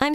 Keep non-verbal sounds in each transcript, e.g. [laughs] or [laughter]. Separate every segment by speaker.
Speaker 1: I'm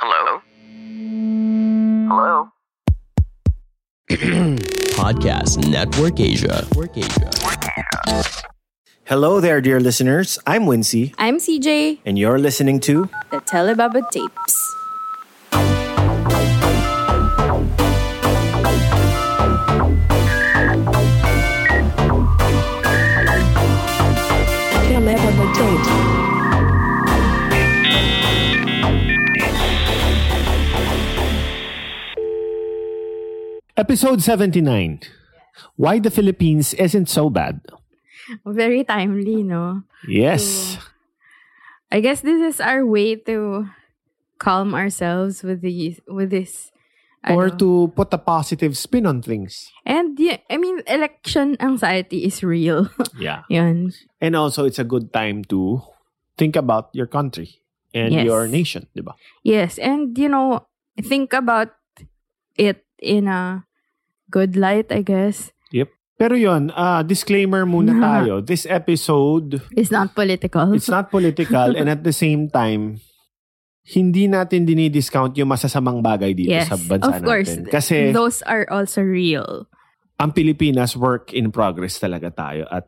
Speaker 2: Hello? Hello?
Speaker 3: Podcast Network Asia. Network Asia.
Speaker 4: Hello there, dear listeners. I'm Wincy,
Speaker 5: I'm CJ,
Speaker 4: and you're listening to
Speaker 5: the Telebaba Tapes.
Speaker 6: Episode 79 Why the Philippines Isn't So Bad.
Speaker 5: Very timely, no?
Speaker 6: Yes.
Speaker 5: Mm. I guess this is our way to calm ourselves with the with this.
Speaker 6: Or
Speaker 5: ano.
Speaker 6: to put a positive spin on things.
Speaker 5: and yeah, I mean election anxiety is
Speaker 6: [laughs]
Speaker 5: real.
Speaker 6: Yeah.
Speaker 5: Yun.
Speaker 6: And also, it's a good time to think about your country and
Speaker 5: Yes.
Speaker 6: your nation, di ba?
Speaker 5: Yes, and you know, think about it in a good light, I guess.
Speaker 6: Pero yun, ah, disclaimer muna
Speaker 5: Nah.
Speaker 6: tayo. This episode,
Speaker 5: It's not political.
Speaker 6: it's not political and at the same time, hindi natin dinidiscount yung masasamang bagay dito
Speaker 5: yes,
Speaker 6: sa bansa
Speaker 5: of course.
Speaker 6: natin. Kasi
Speaker 5: those are also real.
Speaker 6: ang Pilipinas work in progress talaga tayo at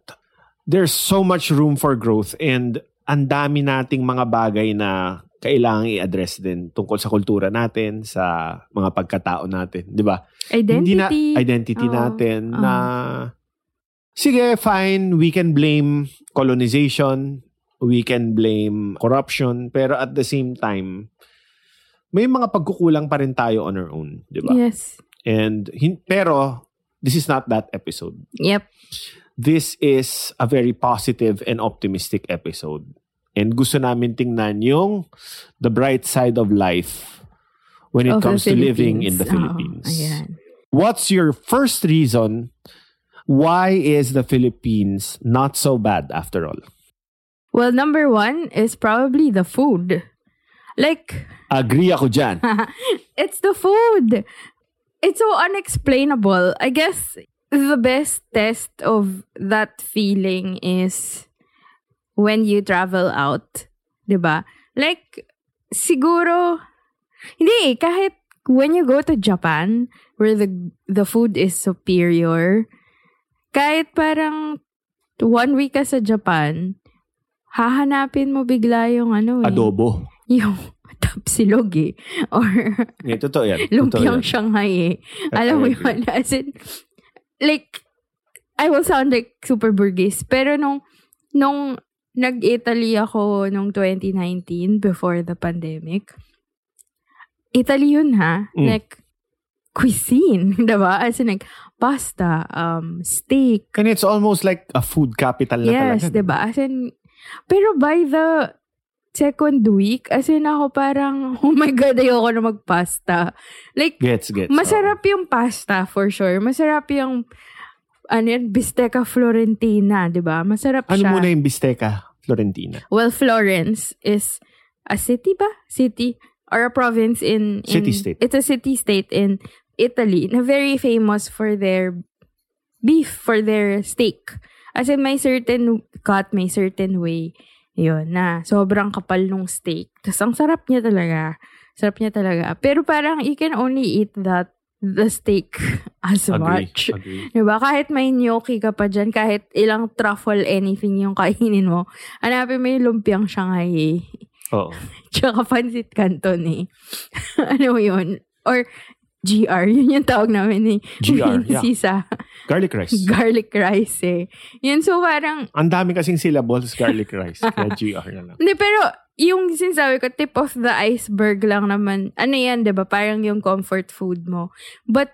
Speaker 6: there's so much room for growth and ang dami nating mga bagay na kailangan i-address din tungkol sa kultura natin, sa mga pagkatao natin, 'di ba? Hindi
Speaker 5: Identity.
Speaker 6: na identity
Speaker 5: Oo.
Speaker 6: natin
Speaker 5: Oo.
Speaker 6: na sige, fine, we can blame colonization, we can blame corruption, pero at the same time may mga pagkukulang pa rin tayo on our own, 'di ba?
Speaker 5: Yes.
Speaker 6: And hin- pero this is not that episode.
Speaker 5: Yep.
Speaker 6: This is a very positive and optimistic episode. And gusto namin tingnan yung the bright side of life when it
Speaker 5: Of the
Speaker 6: comes to living in the
Speaker 5: Philippines. Oo,
Speaker 6: Philippines.
Speaker 5: ayan.
Speaker 6: What's your first reason why is the Philippines not so bad after all?
Speaker 5: Well, number one is probably the food. Like,
Speaker 6: Agree ako
Speaker 5: [laughs]
Speaker 6: dyan.
Speaker 5: it's the food. It's so unexplainable. I guess the best test of that feeling is when you travel out. 'di ba? Like, siguro, hindi eh, kahit when you go to Japan, where the, the food is superior, kahit parang one week ka sa Japan, hahanapin mo bigla yung ano eh.
Speaker 6: Adobo.
Speaker 5: Yung [laughs] tapsilog eh. Or [laughs]
Speaker 6: Yeah, Eh, totoo yan. Totoo
Speaker 5: lumpiang
Speaker 6: yan.
Speaker 5: Shanghai eh.
Speaker 6: I- I
Speaker 5: Alam mo
Speaker 6: agree.
Speaker 5: yun? [laughs] As in, like, I will sound like super burgess. Pero nung, nung nag-Italy ako nung 2019 before the pandemic, Italy yun ha?
Speaker 6: Mm.
Speaker 5: Like, cuisine, [laughs] diba? As in like, pasta, um, steak,
Speaker 6: And it's almost like a food capital na talaga. eh.
Speaker 5: Yes, 'di ba? As in, pero by the second week, as in ako parang, [laughs] oh my God, ayoko na magpasta. Like,
Speaker 6: Gets, gets.
Speaker 5: masarap yung pasta for sure. Masarap yung, ano yan, bisteca Florentina, di ba? Masarap
Speaker 6: Ano
Speaker 5: siya.
Speaker 6: muna yung bisteka, Florentina?
Speaker 5: Well, Florence is a city ba? City or a province in, in-
Speaker 6: City-state.
Speaker 5: It's a city state in Italy na very famous for their beef, for their steak. As in, may certain cut, may certain way. Yun na. Sobrang kapal nung steak. Tapos ang sarap niya talaga. Sarap niya talaga. Pero parang you can only eat that the steak [laughs] as much.
Speaker 6: Agree.
Speaker 5: Diba? Kahit may gnocchi ka pa dyan, kahit ilang truffle anything yung kainin mo, hanapin mo yung lumpiang Shanghai eh. [laughs]
Speaker 6: Oo.
Speaker 5: Tsaka pancit canton eh. [laughs] ano yun? Or GR, yun yung tawag namin eh.
Speaker 6: GR,
Speaker 5: Main
Speaker 6: yeah.
Speaker 5: [laughs] sisa.
Speaker 6: Garlic
Speaker 5: [laughs]
Speaker 6: rice.
Speaker 5: Garlic rice eh. Yun, so parang,
Speaker 6: Ang dami kasing syllables, garlic rice. Kaya
Speaker 5: [laughs]
Speaker 6: GR na lang.
Speaker 5: hindi pero yung sinasabi ko, tip of the iceberg lang naman. Ano yan, 'di ba Parang yung comfort food mo. But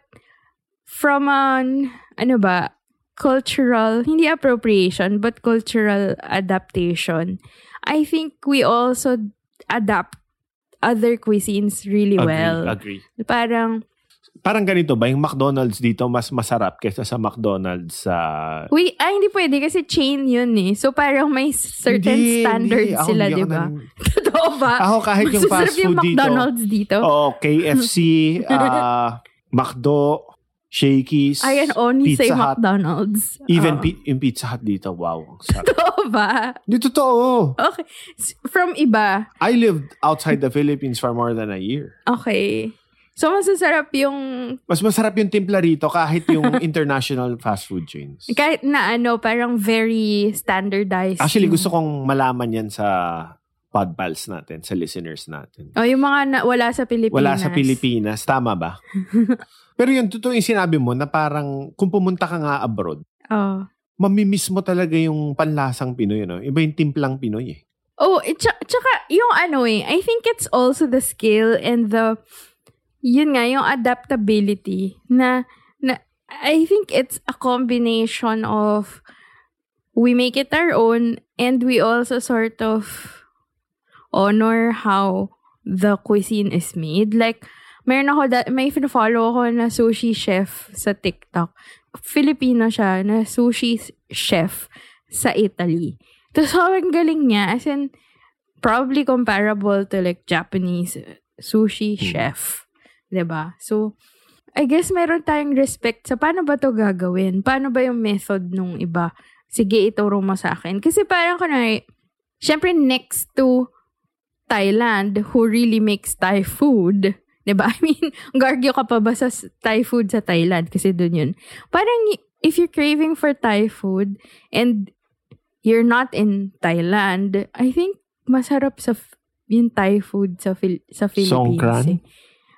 Speaker 5: from an, ano ba, cultural, hindi appropriation, but cultural adaptation, I think we also adapt other cuisines really
Speaker 6: Agree,
Speaker 5: well.
Speaker 6: agree.
Speaker 5: Parang,
Speaker 6: Parang ganito ba, yung McDonald's dito mas masarap kaysa sa McDonald's sa...
Speaker 5: we, ah, hindi pwede kasi chain yun eh. So parang may certain
Speaker 6: Hindi, hindi.
Speaker 5: standards
Speaker 6: Ako
Speaker 5: sila,
Speaker 6: hindi ako
Speaker 5: di ba?
Speaker 6: nan-
Speaker 5: [laughs] Totoo ba?
Speaker 6: Ako kahit yung
Speaker 5: Masasarap
Speaker 6: fast food
Speaker 5: yung
Speaker 6: dito.
Speaker 5: McDonald's dito.
Speaker 6: Oo,
Speaker 5: [laughs]
Speaker 6: KFC, ah, McDo, Shakey's,
Speaker 5: I can only
Speaker 6: Pizza
Speaker 5: say Oh.
Speaker 6: Hut.
Speaker 5: McDonald's.
Speaker 6: Even
Speaker 5: Oo. [laughs]
Speaker 6: pi- yung Pizza Hut dito, wow. ang sarap.
Speaker 5: Totoo ba?
Speaker 6: Hindi totoo.
Speaker 5: Okay. S- From iba.
Speaker 6: I lived outside the Philippines for more than a year.
Speaker 5: Okay. So, masasarap yung
Speaker 6: Mas masarap yung timpla rito kahit
Speaker 5: [laughs]
Speaker 6: yung international fast food chains.
Speaker 5: kahit na ano, parang very standardized.
Speaker 6: Actually,
Speaker 5: yung-
Speaker 6: gusto kong malaman yan sa pod pals natin, sa listeners natin.
Speaker 5: O, Oh, yung mga na, wala sa Pilipinas.
Speaker 6: Wala sa Pilipinas. Tama
Speaker 5: [laughs]
Speaker 6: ba? Pero yun, totoo yung sinabi mo na parang kung pumunta ka nga abroad,
Speaker 5: Oh.
Speaker 6: mamimiss mo talaga yung panlasang Pinoy. No? Iba yung timplang Pinoy eh.
Speaker 5: Oh, eh, tsa- tsaka yung ano eh, I think it's also the skill and the, yun nga, yung adaptability na, na I think it's a combination of we make it our own and we also sort of honor how the cuisine is made. Like, meron ako, da- may follow ako na sushi chef sa TikTok. Filipino siya na sushi s- chef sa Italy. Tapos sobrang galing niya. As in, probably comparable to like Japanese sushi chef. 'Di ba Diba? So, I guess meron tayong respect sa paano ba to gagawin? Paano ba yung method nung iba? Sige, ituro mo sa akin. Kasi parang kunwari, syempre next to Thailand who really makes Thai food. 'Di ba [laughs] I mean, gargyo ka pa ba sa s- Thai food sa Thailand? Kasi dun yun. Parang y- if you're craving for Thai food and you're not in Thailand, I think masarap sa f- yung Thai food sa, Phil- sa Philippines.
Speaker 6: Songkran?
Speaker 5: eh.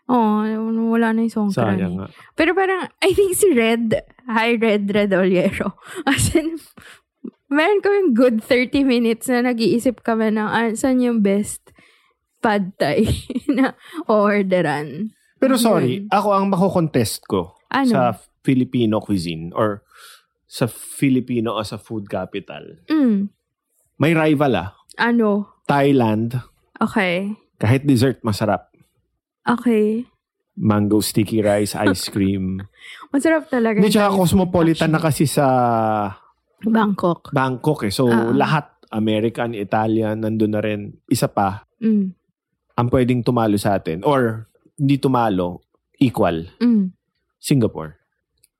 Speaker 5: Oo, wala na yung songkran. eh.
Speaker 6: Sayang nga.
Speaker 5: Pero parang, [laughs] I think si Red, hi Red, Red Oliero. [laughs] As in, meron kaming good 30 minutes na nag-iisip kami na ah, saan yung best pad thai [laughs] na orderan.
Speaker 6: Pero sorry,
Speaker 5: Ano Yun.
Speaker 6: ako ang makokontest ko
Speaker 5: Ano?
Speaker 6: sa Filipino cuisine or sa Filipino as a food capital.
Speaker 5: Mm,
Speaker 6: May rival ah.
Speaker 5: ano?
Speaker 6: Thailand,
Speaker 5: Okay.
Speaker 6: kahit dessert masarap.
Speaker 5: Okay.
Speaker 6: Mango sticky rice,
Speaker 5: [laughs]
Speaker 6: ice cream.
Speaker 5: Masarap talaga.
Speaker 6: Hindi,
Speaker 5: yung
Speaker 6: tsaka
Speaker 5: Thai
Speaker 6: cosmopolitan na kasi sa
Speaker 5: food. Bangkok.
Speaker 6: Bangkok eh. So,
Speaker 5: Ah.
Speaker 6: lahat, American, Italian, nandun na rin. Isa pa,
Speaker 5: Mm,
Speaker 6: ang pwedeng tumalo sa atin or hindi tumalo, equal,
Speaker 5: mm.
Speaker 6: Singapore.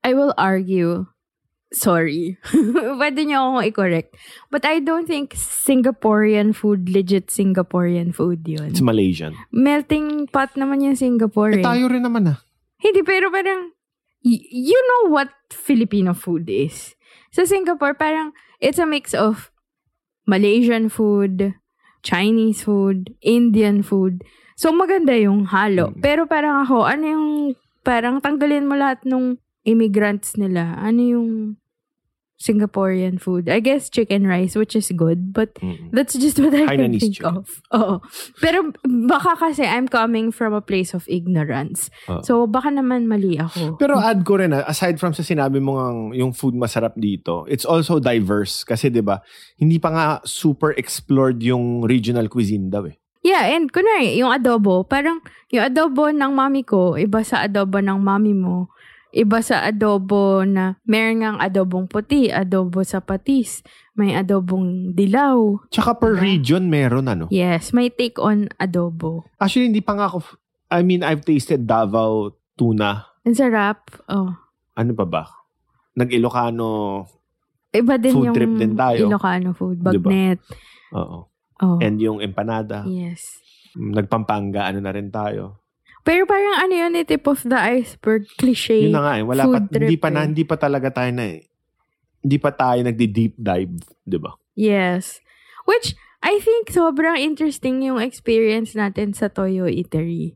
Speaker 5: I will argue. Sorry. [laughs] Pwede niyo akong i-correct. But I don't think Singaporean food, legit Singaporean food yun.
Speaker 6: It's Malaysian.
Speaker 5: melting pot naman yung
Speaker 6: Eh,
Speaker 5: Singapore. eh.
Speaker 6: tayo rin naman ah.
Speaker 5: Hindi, pero parang, y- you know what Filipino food is. Sa Singapore, parang, it's a mix of Malaysian food, Chinese food, Indian food. So, maganda yung halo. Pero parang ako, ano yung, parang tanggalin mo lahat nung immigrants nila. Ano yung Singaporean food? I guess chicken rice, which is good, but that's just what I can
Speaker 6: Hainanese
Speaker 5: think
Speaker 6: chicken.
Speaker 5: of. Oo. Pero baka kasi I'm coming from a place of ignorance.
Speaker 6: Oo.
Speaker 5: So, baka naman mali ako.
Speaker 6: Pero add ko rin, ah, aside from sa sinabi mo ngang yung food masarap dito, it's also diverse kasi 'di ba? Hindi pa nga super explored yung regional cuisine daw eh.
Speaker 5: Yeah, and kunwari, yung adobo, parang yung adobo ng mami ko, iba sa adobo ng mami mo, iba sa adobo na meron ngang adobong puti, adobo sa patis, may adobong dilaw.
Speaker 6: Tsaka
Speaker 5: Diba?
Speaker 6: per region meron ano.
Speaker 5: Yes, may take on adobo.
Speaker 6: Actually hindi pa nga ako f- I mean I've tasted Davao tuna.
Speaker 5: Ang sarap. Oh.
Speaker 6: Ano pa ba? Nag Ilocano.
Speaker 5: Iba din
Speaker 6: Food
Speaker 5: yung
Speaker 6: trip din tayo.
Speaker 5: Ilocano food,
Speaker 6: Diba?
Speaker 5: bagnet.
Speaker 6: Oo.
Speaker 5: Oh.
Speaker 6: And uh, yung empanada.
Speaker 5: yes.
Speaker 6: Nagpampanga ano na rin tayo.
Speaker 5: Pero parang ano yun, eh, tip of the iceberg, cliche.
Speaker 6: Yun na nga eh, wala pa
Speaker 5: food trip
Speaker 6: hindi pa na
Speaker 5: eh.
Speaker 6: hindi pa talaga tayo na eh. Hindi pa tayo nagdi-deep dive, 'di ba?
Speaker 5: Yes. Which, I think sobrang interesting yung experience natin sa Toyo Eatery.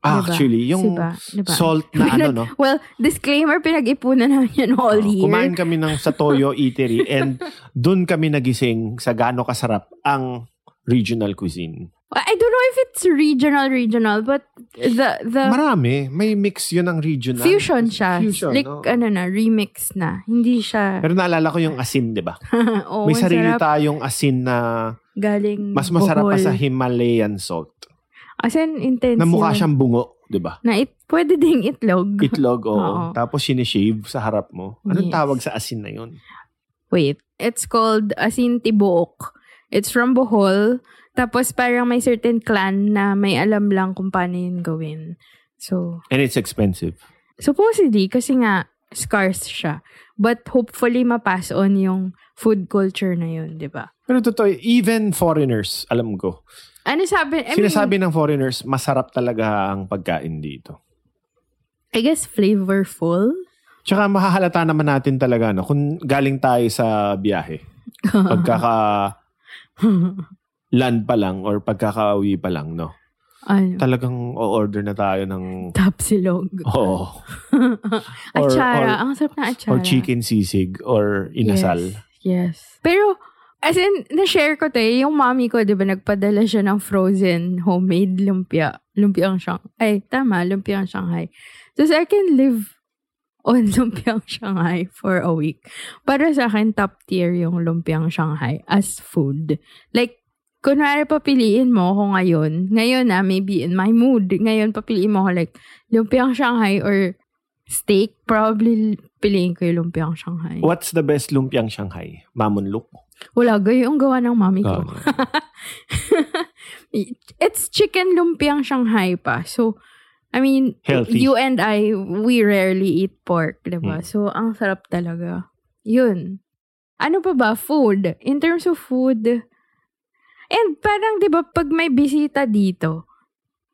Speaker 6: Ah,
Speaker 5: Diba?
Speaker 6: Actually, yung
Speaker 5: Diba? Diba?
Speaker 6: salt na ano,
Speaker 5: [laughs] Pinag-
Speaker 6: no? Oh,
Speaker 5: Well, disclaimer, pinag-ipunan namin yun
Speaker 6: Oo,
Speaker 5: all year.
Speaker 6: Ah, Kumain kami ng sa Toyo Eatery and doon kami nagising sa gaano kasarap ang regional cuisine.
Speaker 5: I don't know if it's regional, regional, but the the
Speaker 6: Marami. May mix yun ng regional.
Speaker 5: fusion siya.
Speaker 6: Fusion,
Speaker 5: like,
Speaker 6: oo.
Speaker 5: ano na, remix na. Hindi siya, [laughs]
Speaker 6: Pero naalala ko yung asin, di ba?
Speaker 5: oo,
Speaker 6: May sarili
Speaker 5: masarap.
Speaker 6: tayong asin na
Speaker 5: Galing
Speaker 6: Mas masarap
Speaker 5: Bohol.
Speaker 6: pa sa Himalayan salt.
Speaker 5: As in, intense.
Speaker 6: Na mukha
Speaker 5: yun.
Speaker 6: siyang bungo, di
Speaker 5: [laughs]
Speaker 6: ba?
Speaker 5: Na it, pwede ding itlog.
Speaker 6: Itlog, oo.
Speaker 5: Oo.
Speaker 6: Tapos sinishave sa harap mo. Anong
Speaker 5: Yes.
Speaker 6: tawag sa asin na yun?
Speaker 5: Wait. It's called Asin Tibuok. It's from Bohol. Tapos parang may certain clan na may alam lang kung paano yun gawin. So,
Speaker 6: And it's expensive.
Speaker 5: supposedly, kasi nga, scarce siya. But hopefully, mapass on yung food culture na yun, di ba?
Speaker 6: Pero totoo, even foreigners, alam ko.
Speaker 5: Ano sabi? I mean,
Speaker 6: sinasabi ng foreigners, masarap talaga ang pagkain dito.
Speaker 5: I guess flavorful.
Speaker 6: Tsaka mahahalata naman natin talaga no, kung galing tayo sa
Speaker 5: [laughs]
Speaker 6: biyahe. Pagkaka land pa lang or pagkakauwi pa lang, no?
Speaker 5: ano?
Speaker 6: Mm. Talagang o-order na tayo
Speaker 5: [laughs]
Speaker 6: ng...
Speaker 5: Tapsilog.
Speaker 6: Oo. Or-
Speaker 5: [laughs]
Speaker 6: or-
Speaker 5: achara. Ang sarap na achara.
Speaker 6: Or chicken sisig or inasal.
Speaker 5: Yes. Pero, as in, na-share ko to eh, yung mami ko, di ba, nagpadala siya ng frozen homemade lumpia. Lumpiang Shanghai. Ay, tama, lumpiang Shanghai. So, I can live on [laughs] lumpiang Shanghai for a week. Para sa akin, top tier yung lumpiang Shanghai as food. Like, kunwari papiliin mo ako ngayon, ngayon na, maybe in my mood, ngayon papiliin mo ako like, lumpiang Shanghai or steak, probably piliin ko yung lumpiang Shanghai.
Speaker 6: What's the best lumpiang Shanghai? Mamunluk?
Speaker 5: Wala, gayo ang gawa ng mami ko. [laughs]
Speaker 6: Oo.
Speaker 5: It's chicken lumpiang Shanghai pa. So, I mean,
Speaker 6: Healthy. Hmm.
Speaker 5: you and I, we rarely eat pork, diba? So, ang sarap talaga. Yun. Ano pa ba? Food. In terms of food, and parang, diba, pag may bisita dito,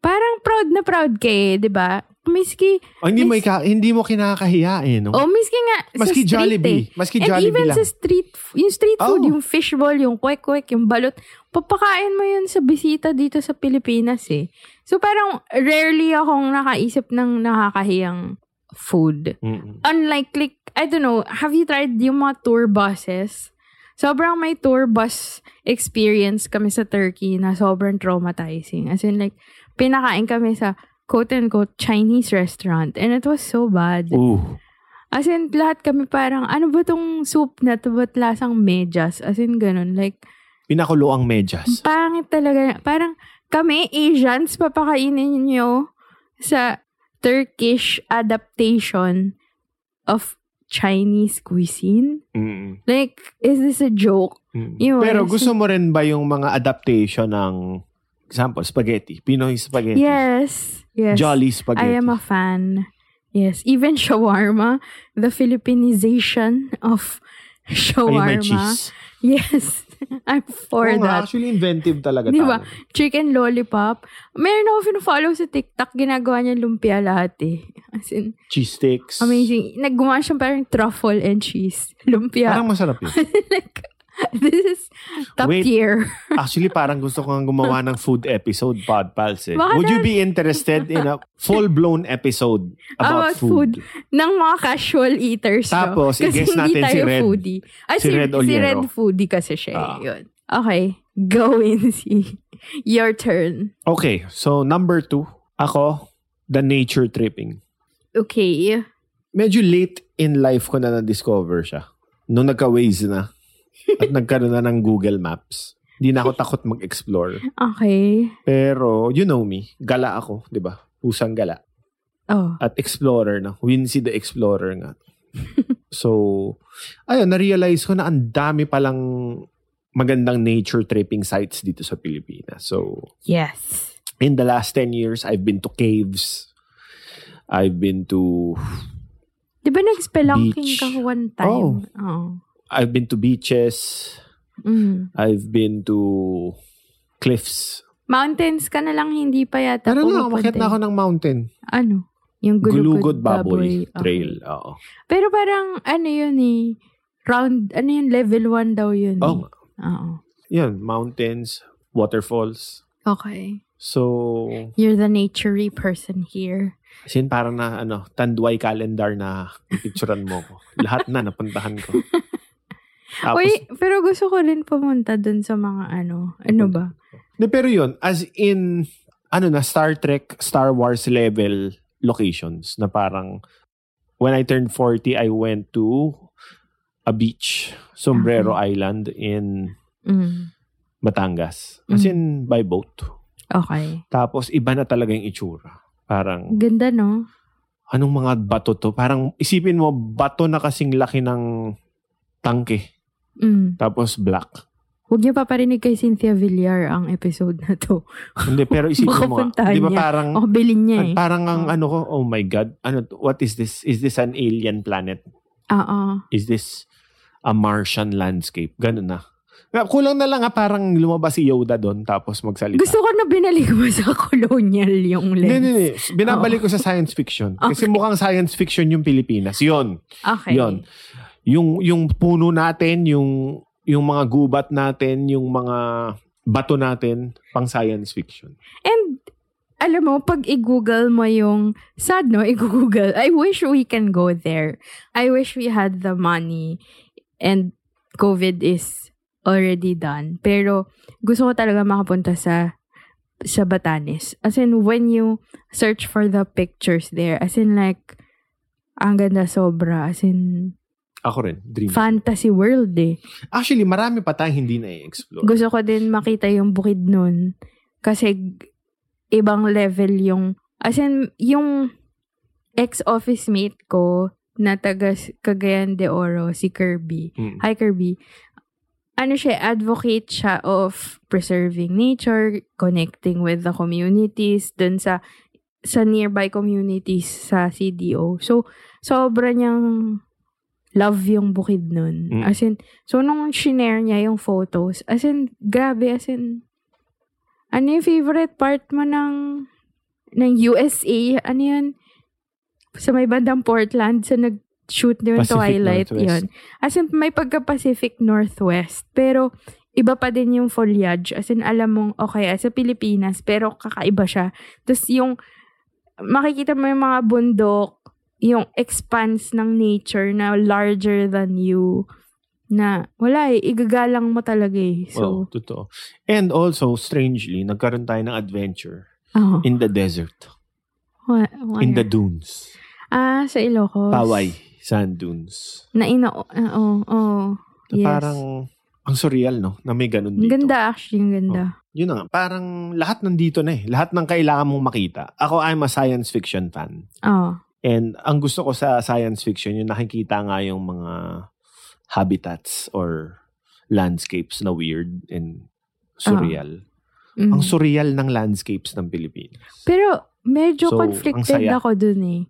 Speaker 5: parang proud na proud ka eh, diba? Miski,
Speaker 6: Oh, hindi, mo
Speaker 5: Miss-
Speaker 6: ika- hindi mo kinakahiya eh, no?
Speaker 5: oh, miski nga
Speaker 6: Maski
Speaker 5: sa street
Speaker 6: Jollibee.
Speaker 5: eh.
Speaker 6: Maski
Speaker 5: And
Speaker 6: Jollibee
Speaker 5: even
Speaker 6: lang. Oh.
Speaker 5: sa street, f- yung street food,
Speaker 6: Oo.
Speaker 5: yung fishball, yung kwek-kwek, yung balot, papakain mo yun sa bisita dito sa Pilipinas eh. So parang rarely akong nakaisip ng nakakahiyang food.
Speaker 6: Mm-mm.
Speaker 5: Unlike, like, I don't know, have you tried yung mga tour buses? Sobrang may tour bus experience kami sa Turkey na sobrang traumatizing. As in like, pinakain kami sa quote-unquote Chinese restaurant and it was so bad.
Speaker 6: Ooh.
Speaker 5: As in, lahat kami parang, ano ba tong soup na to? Ba't lasang medyas? As in, ganun. Like,
Speaker 6: Pinakulo ang medyas.
Speaker 5: pangit talaga. Parang, kami, Asians, papakainin nyo sa Turkish adaptation of Chinese cuisine?
Speaker 6: Mm-mm.
Speaker 5: Like, is this a joke?
Speaker 6: Mm-mm. Mm.
Speaker 5: Yun,
Speaker 6: Pero
Speaker 5: so-
Speaker 6: gusto mo rin ba yung mga adaptation ng, example, spaghetti? Pinoy spaghetti?
Speaker 5: Yes. Yes.
Speaker 6: Jolly spaghetti.
Speaker 5: I am a fan. Yes. Even shawarma, the Filipinization of
Speaker 6: Ayun, may
Speaker 5: shawarma.
Speaker 6: cheese.
Speaker 5: Yes. [laughs] I'm for
Speaker 6: Oo nga,
Speaker 5: that.
Speaker 6: Actually, inventive talaga
Speaker 5: Di
Speaker 6: tayo.
Speaker 5: ba? Chicken lollipop. Meron ako fina-follow sa TikTok. Ginagawa niya lumpia lahat eh. As in,
Speaker 6: Cheese sticks.
Speaker 5: amazing. Naggumawa siya parang truffle and cheese. Lumpia.
Speaker 6: Parang masarap yun.
Speaker 5: [laughs] like, this is top
Speaker 6: Wait.
Speaker 5: tier.
Speaker 6: Actually, parang gusto ko nga gumawa ng food episode, Pod Pals. Eh.
Speaker 5: Baka
Speaker 6: Would you
Speaker 5: na-
Speaker 6: be interested in a full-blown episode about,
Speaker 5: About food. ng mga casual eaters. no?
Speaker 6: Tapos,
Speaker 5: Kasi
Speaker 6: i-guess
Speaker 5: hindi
Speaker 6: natin si
Speaker 5: tayo
Speaker 6: Red.
Speaker 5: foodie. Ah,
Speaker 6: Si
Speaker 5: si,
Speaker 6: Red
Speaker 5: si
Speaker 6: Oliero.
Speaker 5: Red foodie kasi siya. eh.
Speaker 6: Ah.
Speaker 5: Yun. Okay. Go in, [laughs] si. Your turn.
Speaker 6: Okay, so number two. Ako, the nature tripping.
Speaker 5: Okay.
Speaker 6: medyo late in life ko na na-discover siya. Nung nagka-Waze na
Speaker 5: [laughs]
Speaker 6: at nagkaroon na ng Google Maps. Hindi na ako takot mag-explore.
Speaker 5: Okay.
Speaker 6: Pero, you know me, gala ako, di ba? Pusang gala.
Speaker 5: Oh.
Speaker 6: At explorer na. Wincy the Explorer [laughs] nga. so, ayun, na-realize ko na ang dami palang magandang nature tripping sites dito sa Pilipinas. So,
Speaker 5: Yes.
Speaker 6: in the last 10 years, I've been to caves. I've been to
Speaker 5: Di ba nag-spelunking
Speaker 6: Beach. Oh.
Speaker 5: ka one time? Oo.
Speaker 6: I've been to beaches.
Speaker 5: Mm.
Speaker 6: I've been to cliffs.
Speaker 5: Mountains ka na lang, hindi pa yata
Speaker 6: Tara na,
Speaker 5: pumupunta
Speaker 6: umakyat na
Speaker 5: eh.
Speaker 6: ako ng mountain.
Speaker 5: Ano? Yung
Speaker 6: Gulugod
Speaker 5: Gulugod,
Speaker 6: Baboy Ah.
Speaker 5: Okay.
Speaker 6: Trail. Oo.
Speaker 5: Pero parang, ano yun eh, round, ano yun, level 1 daw yun.
Speaker 6: Oo
Speaker 5: eh.
Speaker 6: nga.
Speaker 5: Oo.
Speaker 6: Yan, mountains, waterfalls.
Speaker 5: Okay.
Speaker 6: So,
Speaker 5: You're the naturey person here.
Speaker 6: as in parang na, ano, tanduay calendar na picturean mo ko. Lahat na, napuntahan ko. Tapos,
Speaker 5: Uy, pero gusto ko rin pumunta dun sa mga ano, ano ba?
Speaker 6: Di, pero yun, as in, ano na, Star Trek, Star Wars level locations na parang, when I turned 40, I went to a beach, Sombrero Island in
Speaker 5: Mm.
Speaker 6: Batangas. As in, by boat.
Speaker 5: Okay.
Speaker 6: Tapos, iba na talaga yung itsura. Parang,
Speaker 5: Ganda, no?
Speaker 6: anong mga bato to? Parang, isipin mo, bato na kasing laki ng tangke.
Speaker 5: Mm.
Speaker 6: Tapos, black.
Speaker 5: Huwag niyo paparinig kay Cynthia Villar ang episode na to.
Speaker 6: Hindi,
Speaker 5: [laughs]
Speaker 6: pero isipin mo, nga,
Speaker 5: Makapuntahan
Speaker 6: di ba
Speaker 5: niya.
Speaker 6: parang,
Speaker 5: O, bilhin niya
Speaker 6: An-
Speaker 5: eh.
Speaker 6: Parang Hmm? ang ano ko, oh my God, ano, to- what is this? Is this an alien planet?
Speaker 5: Oo.
Speaker 6: Is this a Martian landscape? Ganun na. Nga, Kulang na lang nga parang lumabas si Yoda doon tapos magsalita.
Speaker 5: Gusto ko na binalik mo sa colonial yung lens.
Speaker 6: Hindi, hindi, hindi. Binabalik ko sa science
Speaker 5: [laughs]
Speaker 6: fiction. Kasi mukhang science fiction yung Pilipinas. Yun.
Speaker 5: Okay.
Speaker 6: Yun. Yung, yung puno natin, yung, yung mga gubat natin, yung mga bato natin, pang science fiction.
Speaker 5: And, alam mo, pag i-google mo yung, sad no, i-google, I wish we can go there. I wish we had the money and COVID is already done. Pero, gusto ko talaga makapunta sa sa Batanes. As in, when you search for the pictures there, as in like, ang ganda sobra. As in,
Speaker 6: Ako rin, dream.
Speaker 5: fantasy world eh.
Speaker 6: Actually, marami pa tayong hindi na-explore.
Speaker 5: gusto ko din makita yung bukid nun. Kasi g- ibang level yung, as in, yung ex-office mate ko na taga S- Cagayan de Oro, si Kirby.
Speaker 6: Mm.
Speaker 5: Hi, Kirby. Ano siya, advocate siya of preserving nature, connecting with the communities, dun sa sa nearby communities sa CDO. So, sobra niyang love yung bukid nun.
Speaker 6: Mm.
Speaker 5: As in, so nung shinare niya yung photos, as in, grabe, as in, ano yung favorite part mo ng ng USA? Ano yun? Sa may bandang Portland, sa nag-shoot na yung
Speaker 6: Pacific
Speaker 5: Twilight.
Speaker 6: Northwest.
Speaker 5: Yun. As in, may pagka-Pacific Northwest. Pero, iba pa din yung foliage. As in, alam mong, okay, ah, sa Pilipinas, pero kakaiba siya. Tapos yung, makikita mo yung mga bundok, yung expanse ng nature na larger than you, na, wala eh, igagalang mo talaga eh.
Speaker 6: Oo,
Speaker 5: So,
Speaker 6: totoo. And also, strangely, nagkaroon tayo ng adventure
Speaker 5: oh,
Speaker 6: in the desert,
Speaker 5: wa- wala.
Speaker 6: in the dunes,
Speaker 5: ah, sa Ilocos.
Speaker 6: Paway, sand dunes.
Speaker 5: Na ina, oo, oo, oo.
Speaker 6: Na
Speaker 5: yes.
Speaker 6: Parang, ang surreal, no? Na may ganun
Speaker 5: Ang
Speaker 6: dito.
Speaker 5: ganda actually, ang ganda.
Speaker 6: Yun na nga, parang lahat nandito na eh. Lahat ng kailangan mong makita. Ako, I'm a science fiction fan.
Speaker 5: Oo.
Speaker 6: And ang gusto ko sa science fiction, yung nakikita nga yung mga habitats or landscapes na weird and surreal.
Speaker 5: Mm.
Speaker 6: Ang surreal ng landscapes ng Pilipinas.
Speaker 5: Pero medyo
Speaker 6: So, ang
Speaker 5: conflicted
Speaker 6: saya.
Speaker 5: ako dun eh.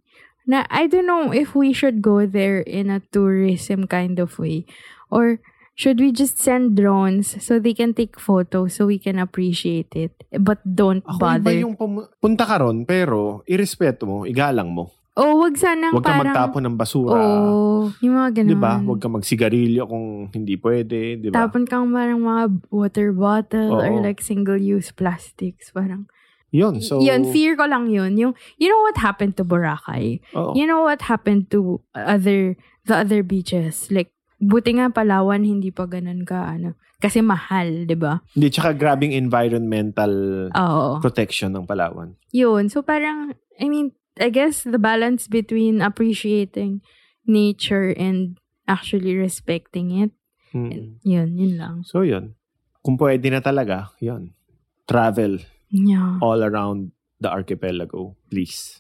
Speaker 5: Na I don't know if we should go there in a tourism kind of way. Or should we just send drones so they can take photos so we can appreciate it. But don't
Speaker 6: Ako iba
Speaker 5: bother.
Speaker 6: yung pum- punta ka ron, pero irespeto mo, igalang mo.
Speaker 5: Oh, wag sanang
Speaker 6: Huwag ka
Speaker 5: parang...
Speaker 6: magtapon ng basura.
Speaker 5: Oh, yung mga ganun.
Speaker 6: 'Di ba? Huwag ka magsigarilyo kung hindi pwede, 'di ba?
Speaker 5: Tapon kang parang mga water bottle or
Speaker 6: Oo.
Speaker 5: like single-use plastics. Parang,
Speaker 6: 'Yun. So
Speaker 5: yun, fear ko lang yun. Yung, you know what happened to Boracay?
Speaker 6: oo.
Speaker 5: You know what happened to other the other beaches? Like buti nga Palawan hindi pa ganun ka ano kasi mahal, 'di ba?
Speaker 6: Hindi tsaka grabing environmental
Speaker 5: Oo.
Speaker 6: protection ng Palawan.
Speaker 5: Yun. So parang I mean, I guess the balance between appreciating nature and actually respecting it.
Speaker 6: Mm.
Speaker 5: Yun, yun lang.
Speaker 6: So 'yun. Kung pwede na talaga, 'yun. Travel
Speaker 5: Yeah,
Speaker 6: all around the archipelago, please.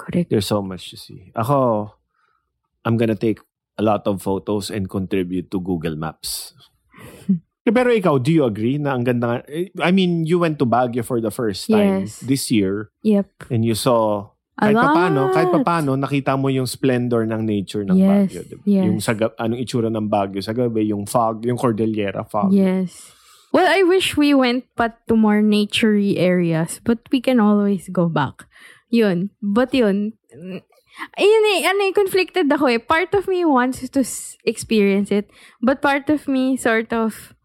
Speaker 5: correct.
Speaker 6: There's so much to see. Ako, I'm gonna take a lot of photos and contribute to Google Maps. [laughs] Pero ikaw, do you agree na ang ganda nga- eh, I mean, you went to Baguio for the first time
Speaker 5: Yes.
Speaker 6: this year
Speaker 5: Yep.
Speaker 6: and you saw
Speaker 5: A
Speaker 6: kahit papano, kahit
Speaker 5: lot.
Speaker 6: papano, nakita mo yung splendor ng nature ng
Speaker 5: Yes,
Speaker 6: Baguio. diba?
Speaker 5: yes.
Speaker 6: Yung sa, ga- anong itsura ng Baguio sa gabi, yung fog, yung Cordillera fog.
Speaker 5: Yes. Well, I wish we went but to more naturey areas, but we can always go back. Yun. But yun. Ayun eh, ano eh, conflicted ako eh. Part of me wants to s- experience it, but part of me sort of,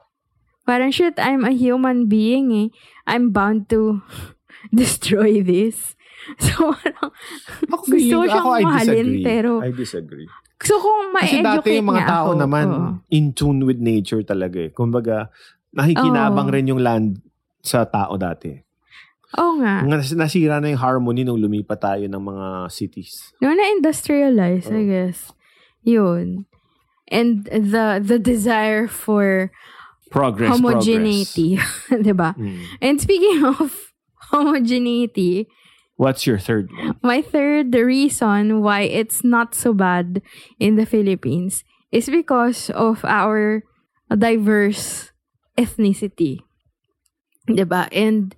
Speaker 5: parang shit, I'm a human being eh. I'm bound to [laughs] destroy this. [laughs] So, parang,
Speaker 6: Ako,
Speaker 5: gusto ko
Speaker 6: feeling-
Speaker 5: siyang
Speaker 6: ako, I
Speaker 5: mahalin,
Speaker 6: disagree.
Speaker 5: pero,
Speaker 6: I disagree.
Speaker 5: gusto kong
Speaker 6: Kasi
Speaker 5: ma-educate
Speaker 6: dati yung mga
Speaker 5: niya
Speaker 6: tao
Speaker 5: ako.
Speaker 6: naman
Speaker 5: Oo.
Speaker 6: in tune with nature talaga eh. Kumbaga, nakikinabang
Speaker 5: Oo.
Speaker 6: rin yung land sa tao dati.
Speaker 5: Oo nga.
Speaker 6: Nas- nasira na yung harmony nung lumipat tayo ng mga cities.
Speaker 5: No, na-industrialize, I guess. Yun. And the the desire for
Speaker 6: Progress, Mm.
Speaker 5: homogeneity, [laughs] 'di ba? And speaking of [laughs] homogeneity,
Speaker 6: progress. What's your third one?
Speaker 5: my third reason why it's not so bad in the Philippines is because of our diverse ethnicity. 'Di ba? And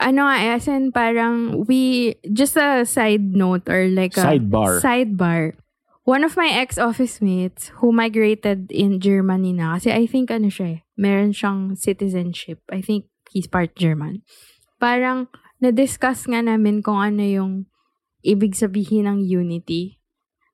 Speaker 5: ano nga, eh, as in parang we, just a side note or like a
Speaker 6: Sidebar.
Speaker 5: sidebar. One of my ex-office mates who migrated in Germany na, kasi I think ano siya eh, meron siyang citizenship. I think he's part German. Parang na-discuss nga namin kung ano yung ibig sabihin ng unity.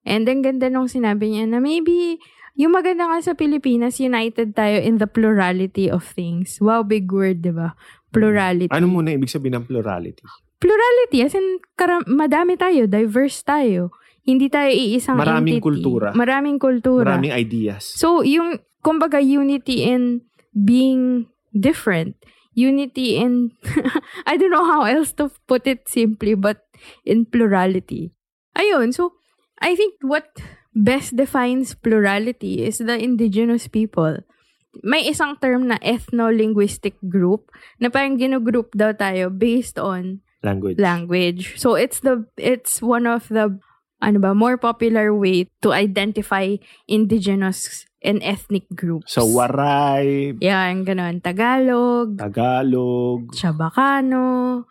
Speaker 5: And ang ganda nung sinabi niya na maybe yung maganda nga sa Pilipinas, united tayo in the plurality of things. Wow, big word, di ba? Plurality.
Speaker 6: Ano muna ibig sabihin ng plurality?
Speaker 5: Plurality, as in, karam- madami tayo, diverse tayo. Hindi tayo iisang
Speaker 6: Maraming
Speaker 5: entity.
Speaker 6: kultura.
Speaker 5: Maraming kultura.
Speaker 6: Maraming ideas.
Speaker 5: So, yung, kumbaga, unity in being different. Unity in, [laughs] I don't know how else to put it simply, but in plurality. Ayun, so, I think what best defines plurality is the indigenous people. May isang term na ethno-linguistic group na parang ginugroup daw tayo based on
Speaker 6: Language.
Speaker 5: language. So it's the it's one of the ano ba more popular way to identify indigenous and ethnic groups.
Speaker 6: So, Waray,
Speaker 5: Yeah, yung ganun. Tagalog,
Speaker 6: Tagalog,
Speaker 5: Chabacano,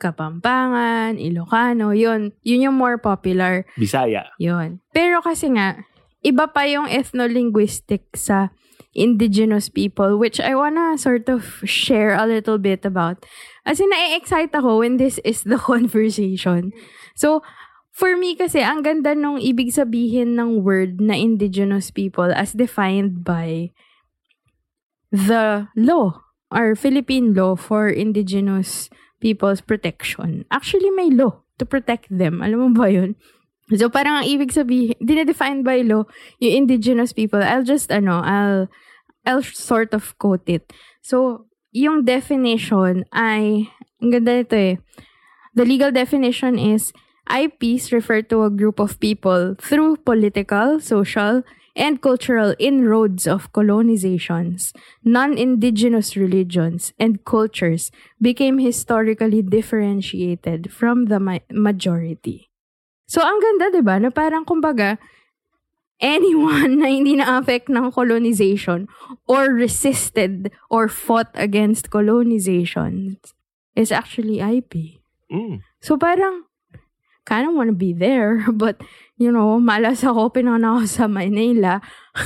Speaker 5: Kapampangan, Ilocano, yun. Yun yung more popular.
Speaker 6: Bisaya.
Speaker 5: Yun. Pero kasi nga, iba pa yung ethno-linguistic sa indigenous people, which I wanna sort of share a little bit about. As in, nai-excite ako when this is the [laughs] conversation. So, for me kasi, ang ganda nung ibig sabihin ng word na indigenous people as defined by the law or Philippine law for indigenous people's protection. Actually, may law to protect them. Alam mo ba yun? So, parang ang ibig sabihin, dinedefine by law, yung indigenous people, I'll just, ano, I'll, I'll sort of quote it. So, yung definition ay, ang ganda nito eh. The legal definition is, IPs refer to a group of people through political, social, and cultural inroads of colonizations, non-indigenous religions, and cultures became historically differentiated from the ma- majority. So, ang ganda, di ba? Na parang, kumbaga, anyone [laughs] na hindi na-affect ng colonization or resisted or fought against colonization is actually IP.
Speaker 6: Mm.
Speaker 5: So, parang, kind of want to be there, [laughs] but, you know, malas ako, pinana ako sa Manila. [laughs]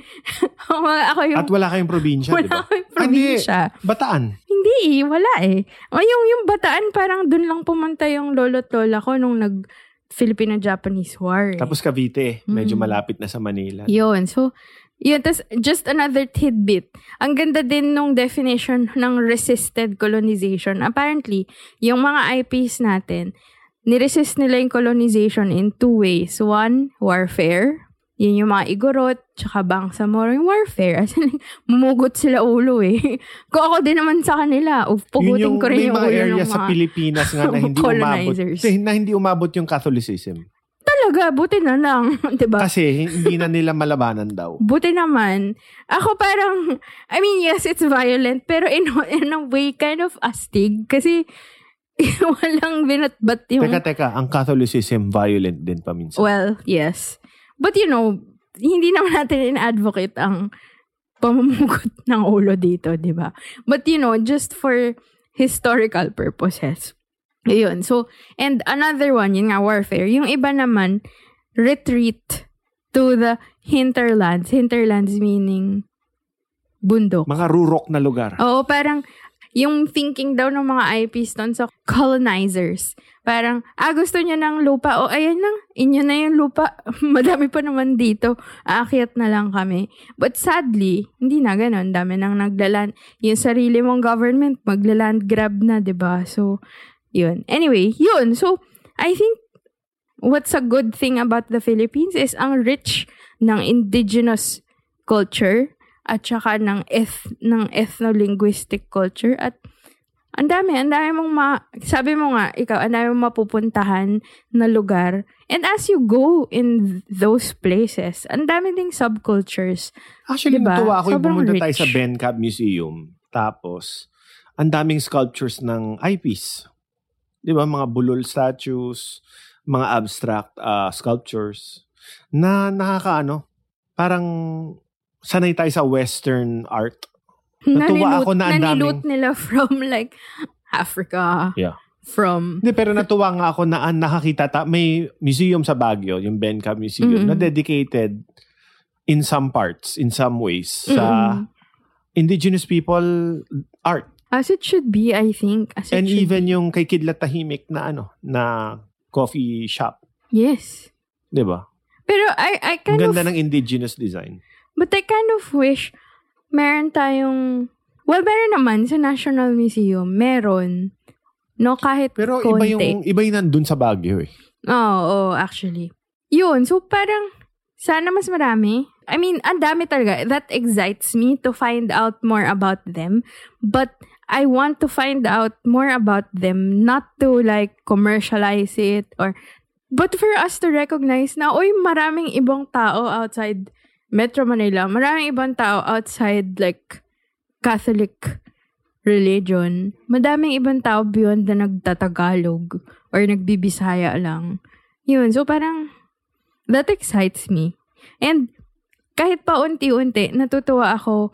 Speaker 5: ako yung,
Speaker 6: At wala kayong probinsya,
Speaker 5: Wala
Speaker 6: di ba?
Speaker 5: akong
Speaker 6: Ah, hindi.
Speaker 5: probinsya.
Speaker 6: Bataan.
Speaker 5: hindi eh, wala eh. Ay, yung, yung bataan, parang dun lang pumunta yung lolo't lola ko nung nag Filipino-Japanese War. eh.
Speaker 6: Tapos Cavite, medyo
Speaker 5: Mm.
Speaker 6: malapit na sa Manila.
Speaker 5: Yun. So, yun. Tas, just another tidbit. Ang ganda din nung definition ng resisted colonization. Apparently, yung mga IPs natin, niresist nila yung colonization in two ways. One, warfare. Yun yung mga Igorot, tsaka Bangsamoro, yung warfare. [laughs] As in, mumugot sila ulo eh. [laughs] Kung ako din naman sa kanila, uf, pugutin ko
Speaker 6: may
Speaker 5: rin yung
Speaker 6: mga
Speaker 5: ulo ng
Speaker 6: area
Speaker 5: mga...
Speaker 6: sa Pilipinas nga na hindi umabot,
Speaker 5: colonizers.
Speaker 6: na hindi umabot yung Catholicism.
Speaker 5: Talaga, buti na lang. [laughs] 'di ba?
Speaker 6: Kasi hindi na nila malabanan
Speaker 5: [laughs]
Speaker 6: daw.
Speaker 5: Buti naman. Ako parang, I mean, yes, it's violent, pero in, in a way, kind of astig. Kasi, [laughs] walang binatbat yung...
Speaker 6: Teka, teka, ang Catholicism violent din paminsan.
Speaker 5: Well, yes. But you know, hindi naman natin in-advocate ang pamumugot [laughs] ng ulo dito, di ba? But you know, just for historical purposes. Ayun. So, and another one, yun nga, warfare. Yung iba naman, retreat to the hinterlands. Hinterlands meaning bundok.
Speaker 6: mga rurok na lugar.
Speaker 5: Oo, parang yung thinking daw ng mga IPs doon sa colonizers. Parang, ah, gusto nyo ng lupa. O, ayan na, inyo na yung lupa. [laughs] Madami pa naman dito. Aakyat na lang kami. But sadly, hindi na ganun. Dami nang naglaland. Yung sarili mong government, maglaland grab na, 'di ba So, yun. Anyway, yun. So, I think what's a good thing about the Philippines is ang rich ng indigenous culture at saka ng eth ng ethno-linguistic culture at Ang dami, ang dami mong ma... Sabi mo nga, ikaw, ang dami mong mapupuntahan na lugar. And as you go in those places, ang dami ding subcultures.
Speaker 6: Actually,
Speaker 5: Diba?
Speaker 6: natuwa ako yung
Speaker 5: Sobrang
Speaker 6: pumunta tayo
Speaker 5: rich.
Speaker 6: sa Bencab Museum. Tapos, ang daming sculptures ng eyepiece. Di ba? Mga bulol statues, mga abstract ah, sculptures na nakakaano. Parang sanay tayo sa western art. Natuwa
Speaker 5: Nanilut-
Speaker 6: ako na ang
Speaker 5: nanilut
Speaker 6: daming-
Speaker 5: nila [laughs] from like Africa.
Speaker 6: Yeah.
Speaker 5: From...
Speaker 6: Hindi, pero natuwa nga ako na ah, nakakita ta, may museum sa Baguio, yung Benka Museum,
Speaker 5: Mm-mm.
Speaker 6: na dedicated in some parts, in some ways, sa
Speaker 5: Mm-mm.
Speaker 6: indigenous people art.
Speaker 5: As it should be, I think. As it
Speaker 6: And
Speaker 5: should
Speaker 6: even
Speaker 5: be.
Speaker 6: yung kay Kidlat Tahimik na ano, na coffee shop.
Speaker 5: Yes.
Speaker 6: 'Di ba?
Speaker 5: Pero I, I
Speaker 6: Ang
Speaker 5: kind of...
Speaker 6: ganda ng indigenous design.
Speaker 5: But I kind of wish meron tayong... Well, meron naman sa National Museum. Meron. No, kahit
Speaker 6: Pero iba
Speaker 5: konti.
Speaker 6: yung iba yung nandun sa Baguio eh.
Speaker 5: Oo, oh, actually. Yun, so parang sana mas marami. I mean, ang dami talaga. That excites me to find out more about them. But I want to find out more about them, not to like commercialize it or but for us to recognize na oy maraming ibang tao outside Metro Manila, maraming ibang tao outside like Catholic religion, madaming ibang tao beyond na nagtatagalog or nagbibisaya lang. Yun, so parang that excites me. And kahit pa unti-unti, natutuwa ako,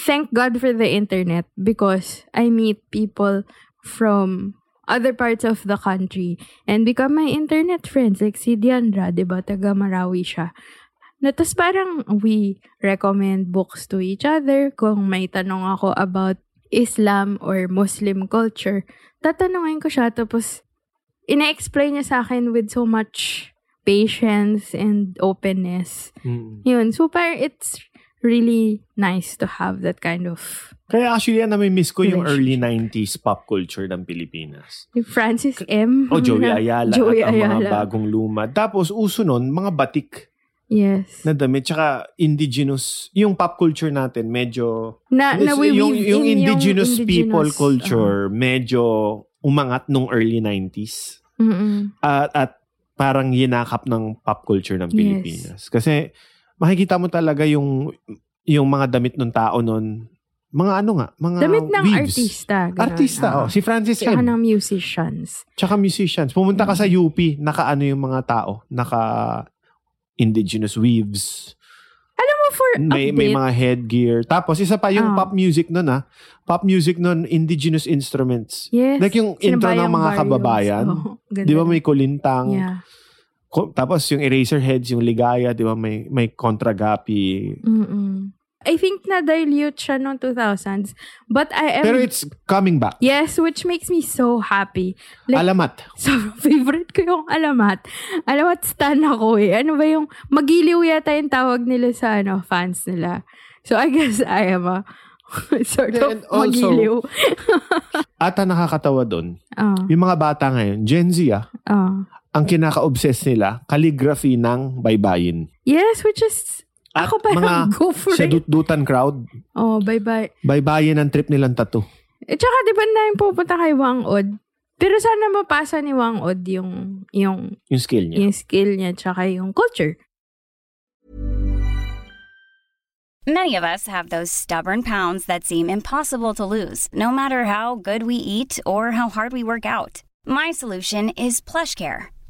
Speaker 5: thank God for the internet because I meet people from other parts of the country and become my internet friends. Like si Diandra, di ba? Taga Marawi siya. Na tas parang we recommend books to each other. Kung may tanong ako about Islam or Muslim culture, tatanungin ko siya. Tapos, ina-explain niya sa akin with so much patience and openness. Yun. So, parang it's really nice to have that kind of...
Speaker 6: Kaya actually, yan, nami-miss ko yung early
Speaker 5: Relationship.
Speaker 6: 90s pop culture ng Pilipinas.
Speaker 5: Yung Francis M.
Speaker 6: O Oh, Joey
Speaker 5: [laughs]
Speaker 6: Ayala
Speaker 5: Mm-hmm. Joey
Speaker 6: at ang
Speaker 5: Ayala.
Speaker 6: mga bagong luma. Tapos uso nun, mga batik
Speaker 5: Yes.
Speaker 6: na damit. Tsaka indigenous, yung pop culture natin, medyo...
Speaker 5: Na, na, we
Speaker 6: yung,
Speaker 5: weave
Speaker 6: yung
Speaker 5: in
Speaker 6: indigenous,
Speaker 5: indigenous-
Speaker 6: people
Speaker 5: uh-huh.
Speaker 6: culture, medyo umangat nung early 90s.
Speaker 5: Mm-mm.
Speaker 6: At, at parang yinakap ng pop culture ng
Speaker 5: Yes.
Speaker 6: Pilipinas. Kasi makikita mo talaga yung yung mga damit ng tao nun. Mga ano nga? Mga
Speaker 5: Damit ng
Speaker 6: weaves.
Speaker 5: artista. ganun,
Speaker 6: Artista,
Speaker 5: ah.
Speaker 6: oh. Si Francis
Speaker 5: Tsaka
Speaker 6: M.
Speaker 5: ng Mm. musicians.
Speaker 6: Tsaka musicians. Pumunta ka sa UP, naka-ano yung mga tao? Naka indigenous weaves.
Speaker 5: Alam mo, for
Speaker 6: May,
Speaker 5: a
Speaker 6: may
Speaker 5: bit,
Speaker 6: mga headgear. Tapos, isa pa yung
Speaker 5: Ah.
Speaker 6: pop music nun ah. Pop music nun, indigenous instruments.
Speaker 5: yes,
Speaker 6: like yung intro ng
Speaker 5: sinabayang
Speaker 6: mga
Speaker 5: barrios.
Speaker 6: kababayan.
Speaker 5: [laughs] Oo, ganda.
Speaker 6: Di ba may kulintang?
Speaker 5: Yeah.
Speaker 6: Ko- tapos yung eraser heads, yung ligaya, di ba may, may kontragapi.
Speaker 5: Mm-mm. I think na-dilute siya noong 2000s. But I am...
Speaker 6: Pero it's coming back.
Speaker 5: yes, which makes me so happy. Like,
Speaker 6: Alamat.
Speaker 5: [laughs] So, favorite ko yung alamat. Alamat stan ako eh. Ano ba yung, magiliw yata yung tawag nila sa ano, fans nila. So, I guess I am a [laughs] sort
Speaker 6: And
Speaker 5: of
Speaker 6: also-
Speaker 5: magiliw.
Speaker 6: At ang nakakatawa doon,
Speaker 5: Ah,
Speaker 6: yung mga bata ngayon, Gen Z ah,
Speaker 5: ah.
Speaker 6: ang kinaka-obsess nila, calligraphy ng baybayin.
Speaker 5: Yes, which is,
Speaker 6: At
Speaker 5: ako [laughs] parang
Speaker 6: mga
Speaker 5: go for
Speaker 6: Sa
Speaker 5: it.
Speaker 6: dutdutan crowd,
Speaker 5: Oh, bye-bye.
Speaker 6: baybayin ang trip nilang tattoo.
Speaker 5: Eh, tsaka, di ba na yung pupunta kay Wang Od? Pero sana mapasa ni Wang Od yung, yung,
Speaker 6: Yung skill niya.
Speaker 5: yung skill niya tsaka yung culture.
Speaker 2: Many of us have those stubborn pounds that seem impossible to lose, no matter how good we eat or how hard we work out. My solution is PlushCare.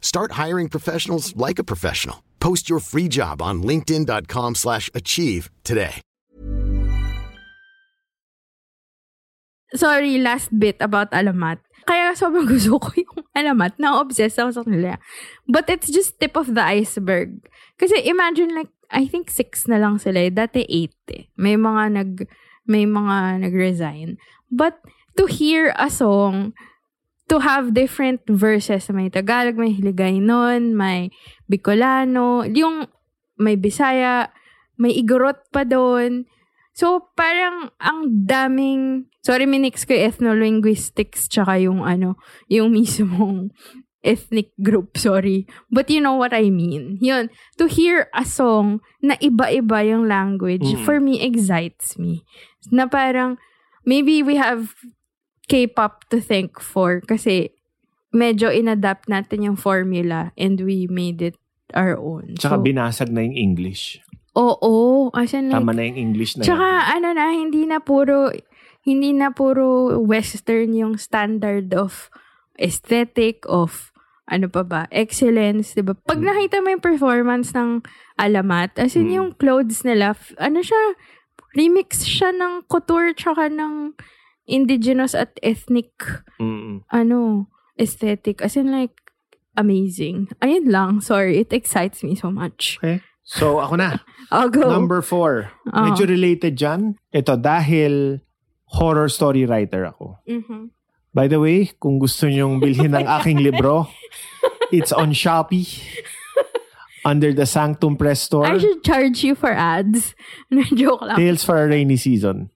Speaker 7: Start hiring professionals like a professional. Post your free job on linkedin.com/achieve slash achieve today.
Speaker 5: sorry, last bit about alamat. Kaya sobrang [laughs] gusto ko yung alamat. Na-obsessed ako sa kanila. But it's just tip of the iceberg. Kasi imagine like, I think six na lang sila. eh. Dati eight eh. May mga nag, may mga nag-resign. But to hear a song, to have different verses. May Tagalog, may Hiligaynon, may Bicolano, yung may Bisaya, may Igorot pa doon. So, parang ang daming, sorry, minix ko yung ethno-linguistics tsaka yung ano, yung [laughs] mismong ethnic group, sorry. But you know what I mean. Yun, to hear a song na iba-iba yung language, for me, excites me. Na parang, maybe we have K-pop to thank for kasi medyo inadapt natin yung formula and we made it our own.
Speaker 6: Tsaka
Speaker 5: So,
Speaker 6: binasag na yung English.
Speaker 5: Oo. As in, like,
Speaker 6: Tama na yung English na yun.
Speaker 5: Tsaka ano na, hindi na puro hindi na puro western yung standard of aesthetic of ano pa ba, excellence, 'di ba? Pag
Speaker 6: Mm.
Speaker 5: nakita mo yung performance ng Alamat, as in yung clothes nila, f- ano siya, remix siya ng couture tsaka ng indigenous at ethnic
Speaker 6: Mm-mm.
Speaker 5: ano, aesthetic. As in like amazing. Ayun lang, sorry, it excites me so much.
Speaker 6: Okay. So, ako
Speaker 5: [laughs]
Speaker 6: na.
Speaker 5: I'll go.
Speaker 6: Number four.
Speaker 5: Oo.
Speaker 6: Medyo related dyan. Ito, dahil horror story writer ako.
Speaker 5: Mhm.
Speaker 6: By the way, kung gusto nyong bilhin ang
Speaker 5: [laughs]
Speaker 6: aking libro, it's on Shopee. Under the Sanctum Press Store.
Speaker 5: I should charge you for ads. [laughs] Joke lang.
Speaker 6: Tales for a Rainy Season.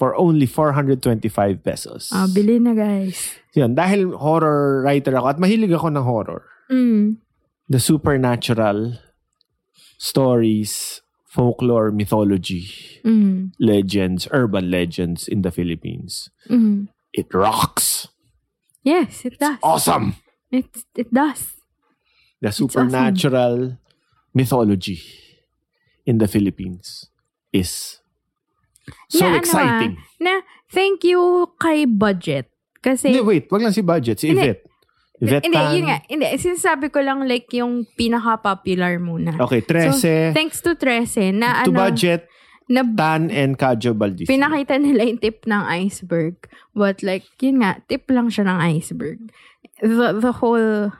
Speaker 6: For only 425 pesos.
Speaker 5: Ah, bili na guys.
Speaker 6: Yun, dahil horror writer ako at mahilig ako ng horror.
Speaker 5: Mm.
Speaker 6: The supernatural, stories, folklore, mythology,
Speaker 5: Mm.
Speaker 6: legends, urban legends in the Philippines.
Speaker 5: Mm.
Speaker 6: It rocks.
Speaker 5: Yes, it does.
Speaker 6: Awesome.
Speaker 5: It it does.
Speaker 6: The
Speaker 5: awesome.
Speaker 6: supernatural mythology in the Philippines is so
Speaker 5: Na ano,
Speaker 6: exciting.
Speaker 5: ah, na thank you kay budget kasi
Speaker 6: Hindi, wait. Wag lang si Budget. Si
Speaker 5: Hindi.
Speaker 6: Yvette. Yvette
Speaker 5: hindi
Speaker 6: Tan.
Speaker 5: yun nga hindi sinasabi ko lang like yung pinaka popular muna.
Speaker 6: Okay,
Speaker 5: So,
Speaker 6: 13.
Speaker 5: thanks to 13 na
Speaker 6: to
Speaker 5: ano
Speaker 6: Budget,
Speaker 5: na
Speaker 6: Tan, and Kajo Baldis.
Speaker 5: pinakita nila yung tip ng iceberg. But like, yun nga, tip lang siya ng iceberg. The, the whole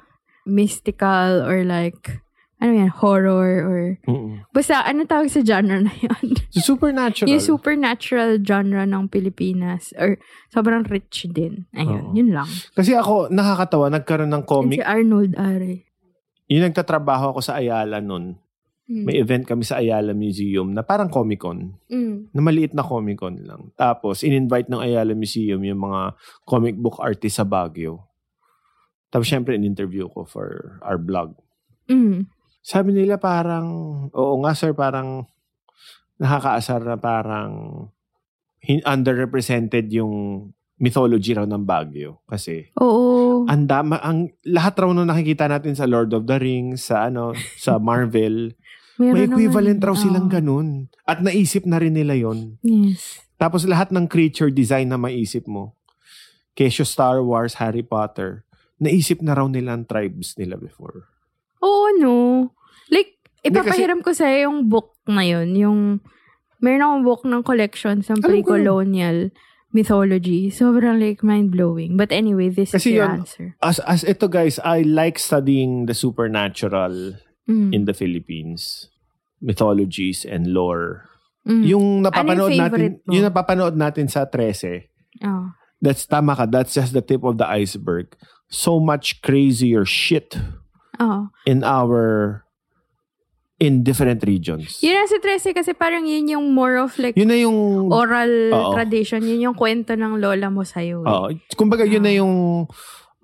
Speaker 5: mystical or like, ano yan, horror or...
Speaker 6: Mm-mm.
Speaker 5: Basta, ano tawag sa genre na yun? [laughs]
Speaker 6: So, supernatural.
Speaker 5: yung supernatural genre ng Pilipinas. Or sobrang rich din. Ayun,
Speaker 6: Oo.
Speaker 5: yun lang.
Speaker 6: Kasi ako, nakakatawa, nagkaroon ng
Speaker 5: And
Speaker 6: comic.
Speaker 5: si Arnold Are.
Speaker 6: Yung nagtatrabaho ako sa Ayala nun,
Speaker 5: Mm.
Speaker 6: may event kami sa Ayala Museum na parang Comic-Con.
Speaker 5: Mm.
Speaker 6: Na maliit na Comic-Con lang. Tapos, in-invite ng Ayala Museum yung mga comic book artist sa Baguio. Tapos, syempre, in-interview ko for our blog.
Speaker 5: Mm.
Speaker 6: Sabi nila parang, oo nga sir, parang nakakaasar na parang hin- underrepresented yung mythology raw ng Baguio. Kasi,
Speaker 5: Oo.
Speaker 6: ang dama, ang lahat raw nung nakikita natin sa Lord of the Rings, sa ano,
Speaker 5: [laughs]
Speaker 6: sa Marvel, may
Speaker 5: Meron
Speaker 6: equivalent
Speaker 5: naman.
Speaker 6: raw silang
Speaker 5: Oo.
Speaker 6: ganun. At naisip na rin nila yon.
Speaker 5: Yes.
Speaker 6: Tapos lahat ng creature design na maisip mo, kesyo Star Wars, Harry Potter, naisip na raw nila ang tribes nila before.
Speaker 5: Oo, no. Like,
Speaker 6: Hindi, kasi-
Speaker 5: ipapahiram ko sa'yo yung book na yun. Yung, meron akong book ng collections ng
Speaker 6: Alam ko yun.
Speaker 5: pre-colonial mythology. Sobrang like mind-blowing. But anyway, this
Speaker 6: Kasi
Speaker 5: is your
Speaker 6: yun-
Speaker 5: answer.
Speaker 6: As, as ito guys, I like studying the supernatural
Speaker 5: Mm.
Speaker 6: in the Philippines. Mythologies and lore.
Speaker 5: Mm.
Speaker 6: Yung napapanood natin,
Speaker 5: favorite mo?
Speaker 6: yung napapanood natin sa 13,
Speaker 5: Oh.
Speaker 6: That's tama ka. That's just the tip of the iceberg. So much crazier shit
Speaker 5: Oh.
Speaker 6: in our in different regions.
Speaker 5: Yun nasa 13 kasi parang yun yung more of like
Speaker 6: Yun na yung
Speaker 5: oral
Speaker 6: Oo.
Speaker 5: tradition. Yun yung kwento ng lola mo sa'yo. eh.
Speaker 6: Oo. oh, kumbaga yun na yung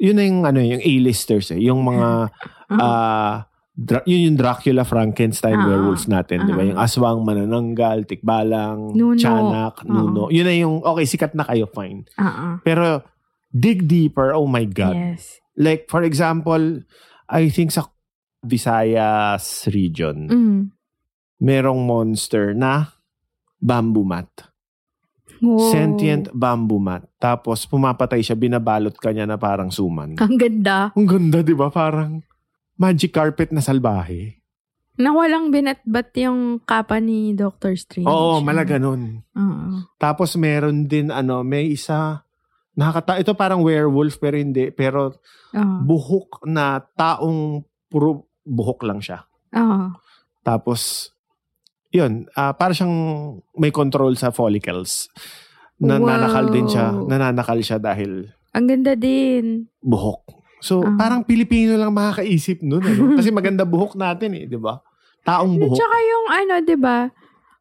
Speaker 6: yun na yung ano yung A-listers eh, yung mga
Speaker 5: Uh-huh.
Speaker 6: ah, Dra- yun yung Dracula, Frankenstein,
Speaker 5: Mm-hmm. Ah.
Speaker 6: werewolves natin, di ba?
Speaker 5: Ah.
Speaker 6: Yung aswang, manananggal, tikbalang,
Speaker 5: Nuno. Ah.
Speaker 6: tiyanak,
Speaker 5: Oo.
Speaker 6: nuno. Yun na yung, okay, sikat na kayo, fine.
Speaker 5: Ah, ah.
Speaker 6: Pero, dig deeper, oh my God.
Speaker 5: Yes.
Speaker 6: Like, for example, I think sa Visayas region,
Speaker 5: Mm.
Speaker 6: merong monster na bamboo mat.
Speaker 5: Wow.
Speaker 6: Sentient bamboo mat. Tapos, pumapatay siya, binabalot ka niya na parang
Speaker 5: Ah.
Speaker 6: suman.
Speaker 5: Ang ganda.
Speaker 6: Ang ganda, di ba? Parang magic carpet na salbahe.
Speaker 5: Na walang binatbat yung kapa ni Doctor Strange.
Speaker 6: Oo, malaga nun.
Speaker 5: Oo.
Speaker 6: Tapos meron din ano, may isa nakakata ito parang werewolf pero hindi pero
Speaker 5: Oo.
Speaker 6: buhok na taong puro buhok lang siya.
Speaker 5: Oo.
Speaker 6: Tapos yun, ah, para siyang may control sa follicles. Nananakal din siya,
Speaker 5: Wow.
Speaker 6: nananakal siya dahil
Speaker 5: Ang ganda din.
Speaker 6: buhok. So,
Speaker 5: Ah.
Speaker 6: parang Pilipino lang makakaisip nun.
Speaker 5: [laughs]
Speaker 6: Ano? Kasi maganda buhok natin eh, di ba? Taong
Speaker 5: At
Speaker 6: buhok.
Speaker 5: saka yung ano, 'di ba?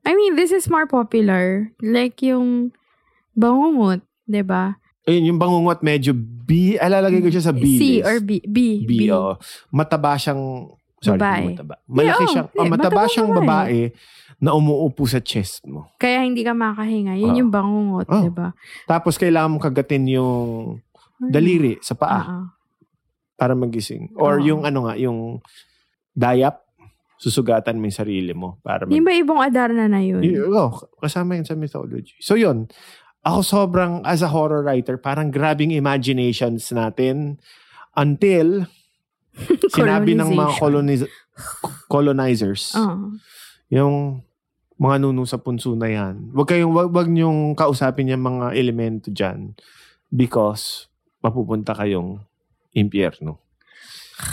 Speaker 5: I mean, this is more popular. Like yung bangungot, 'di ba?
Speaker 6: Ayun, yung bangungot medyo B, alalagay ko siya sa B
Speaker 5: C
Speaker 6: list.
Speaker 5: or B. B.
Speaker 6: Ah, B, oo. Mataba siyang, sorry,
Speaker 5: Babae. oh,
Speaker 6: hindi mataba. Malaki
Speaker 5: oo.
Speaker 6: siyang,
Speaker 5: Hindi,
Speaker 6: ah, mataba
Speaker 5: matabang
Speaker 6: siyang babae
Speaker 5: babae.
Speaker 6: na umuupo sa chest mo.
Speaker 5: Kaya hindi ka makahinga. Yun
Speaker 6: Oo.
Speaker 5: yung bangungot,
Speaker 6: Oo.
Speaker 5: 'di ba?
Speaker 6: Tapos kailangan mong kagatin yung daliri sa paa
Speaker 5: Oo.
Speaker 6: para magising. Or
Speaker 5: Oo.
Speaker 6: yung ano nga, yung dayap, susugatan mo yung sarili mo para mag-
Speaker 5: Yung ba ibong Adarna na yun?
Speaker 6: Y- oh, kasama yun sa mythology. So yun, ako sobrang, as a horror writer, parang grabbing imaginations natin
Speaker 5: [laughs]
Speaker 6: until uh, sinabi ng mga coloniz- colonizers,
Speaker 5: Oo.
Speaker 6: yung mga nuno sa punso na yan, wag kayong, wag, wag niyong kausapin yung mga elemento dyan because mapupunta kayong impyerno.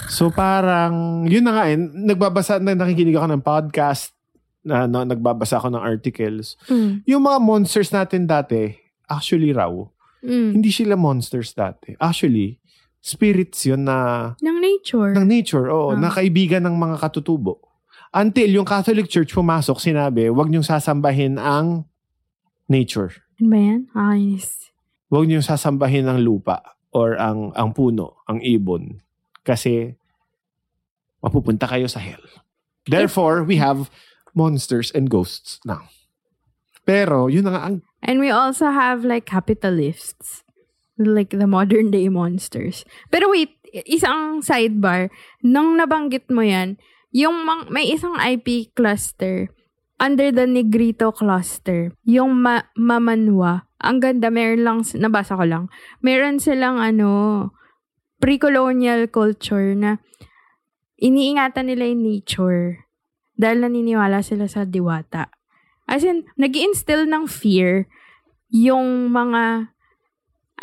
Speaker 6: So parang, yun na nga eh, nagbabasa, na- nakikinig ako ng podcast, na, na- nagbabasa ako ng articles.
Speaker 5: Mm.
Speaker 6: Yung mga monsters natin dati, actually raw,
Speaker 5: Mm.
Speaker 6: hindi sila monsters dati. Actually, spirits yun na
Speaker 5: Ng nature.
Speaker 6: ng nature, oo.
Speaker 5: Ah.
Speaker 6: Na kaibigan ng mga katutubo. Until yung Catholic Church pumasok, sinabi, wag niyong sasambahin ang nature.
Speaker 5: Ano ba yan? Ayos.
Speaker 6: Wag niyong sasambahin ang lupa or ang, ang puno, ang ibon. Kasi mapupunta kayo sa hell. Therefore, we have monsters and ghosts now. Pero, yun na nga ang
Speaker 5: And we also have like capitalists. Like the modern day monsters. Pero wait, isang sidebar. Nung nabanggit mo yan, yung mang- may isang IP cluster under the Negrito cluster, yung ma- Mamanwa. Ang ganda, meron lang, s- nabasa ko lang, meron silang ano, pre-colonial culture na iniingatan nila yung nature dahil naniniwala sila sa diwata. As in, nag instill ng fear yung mga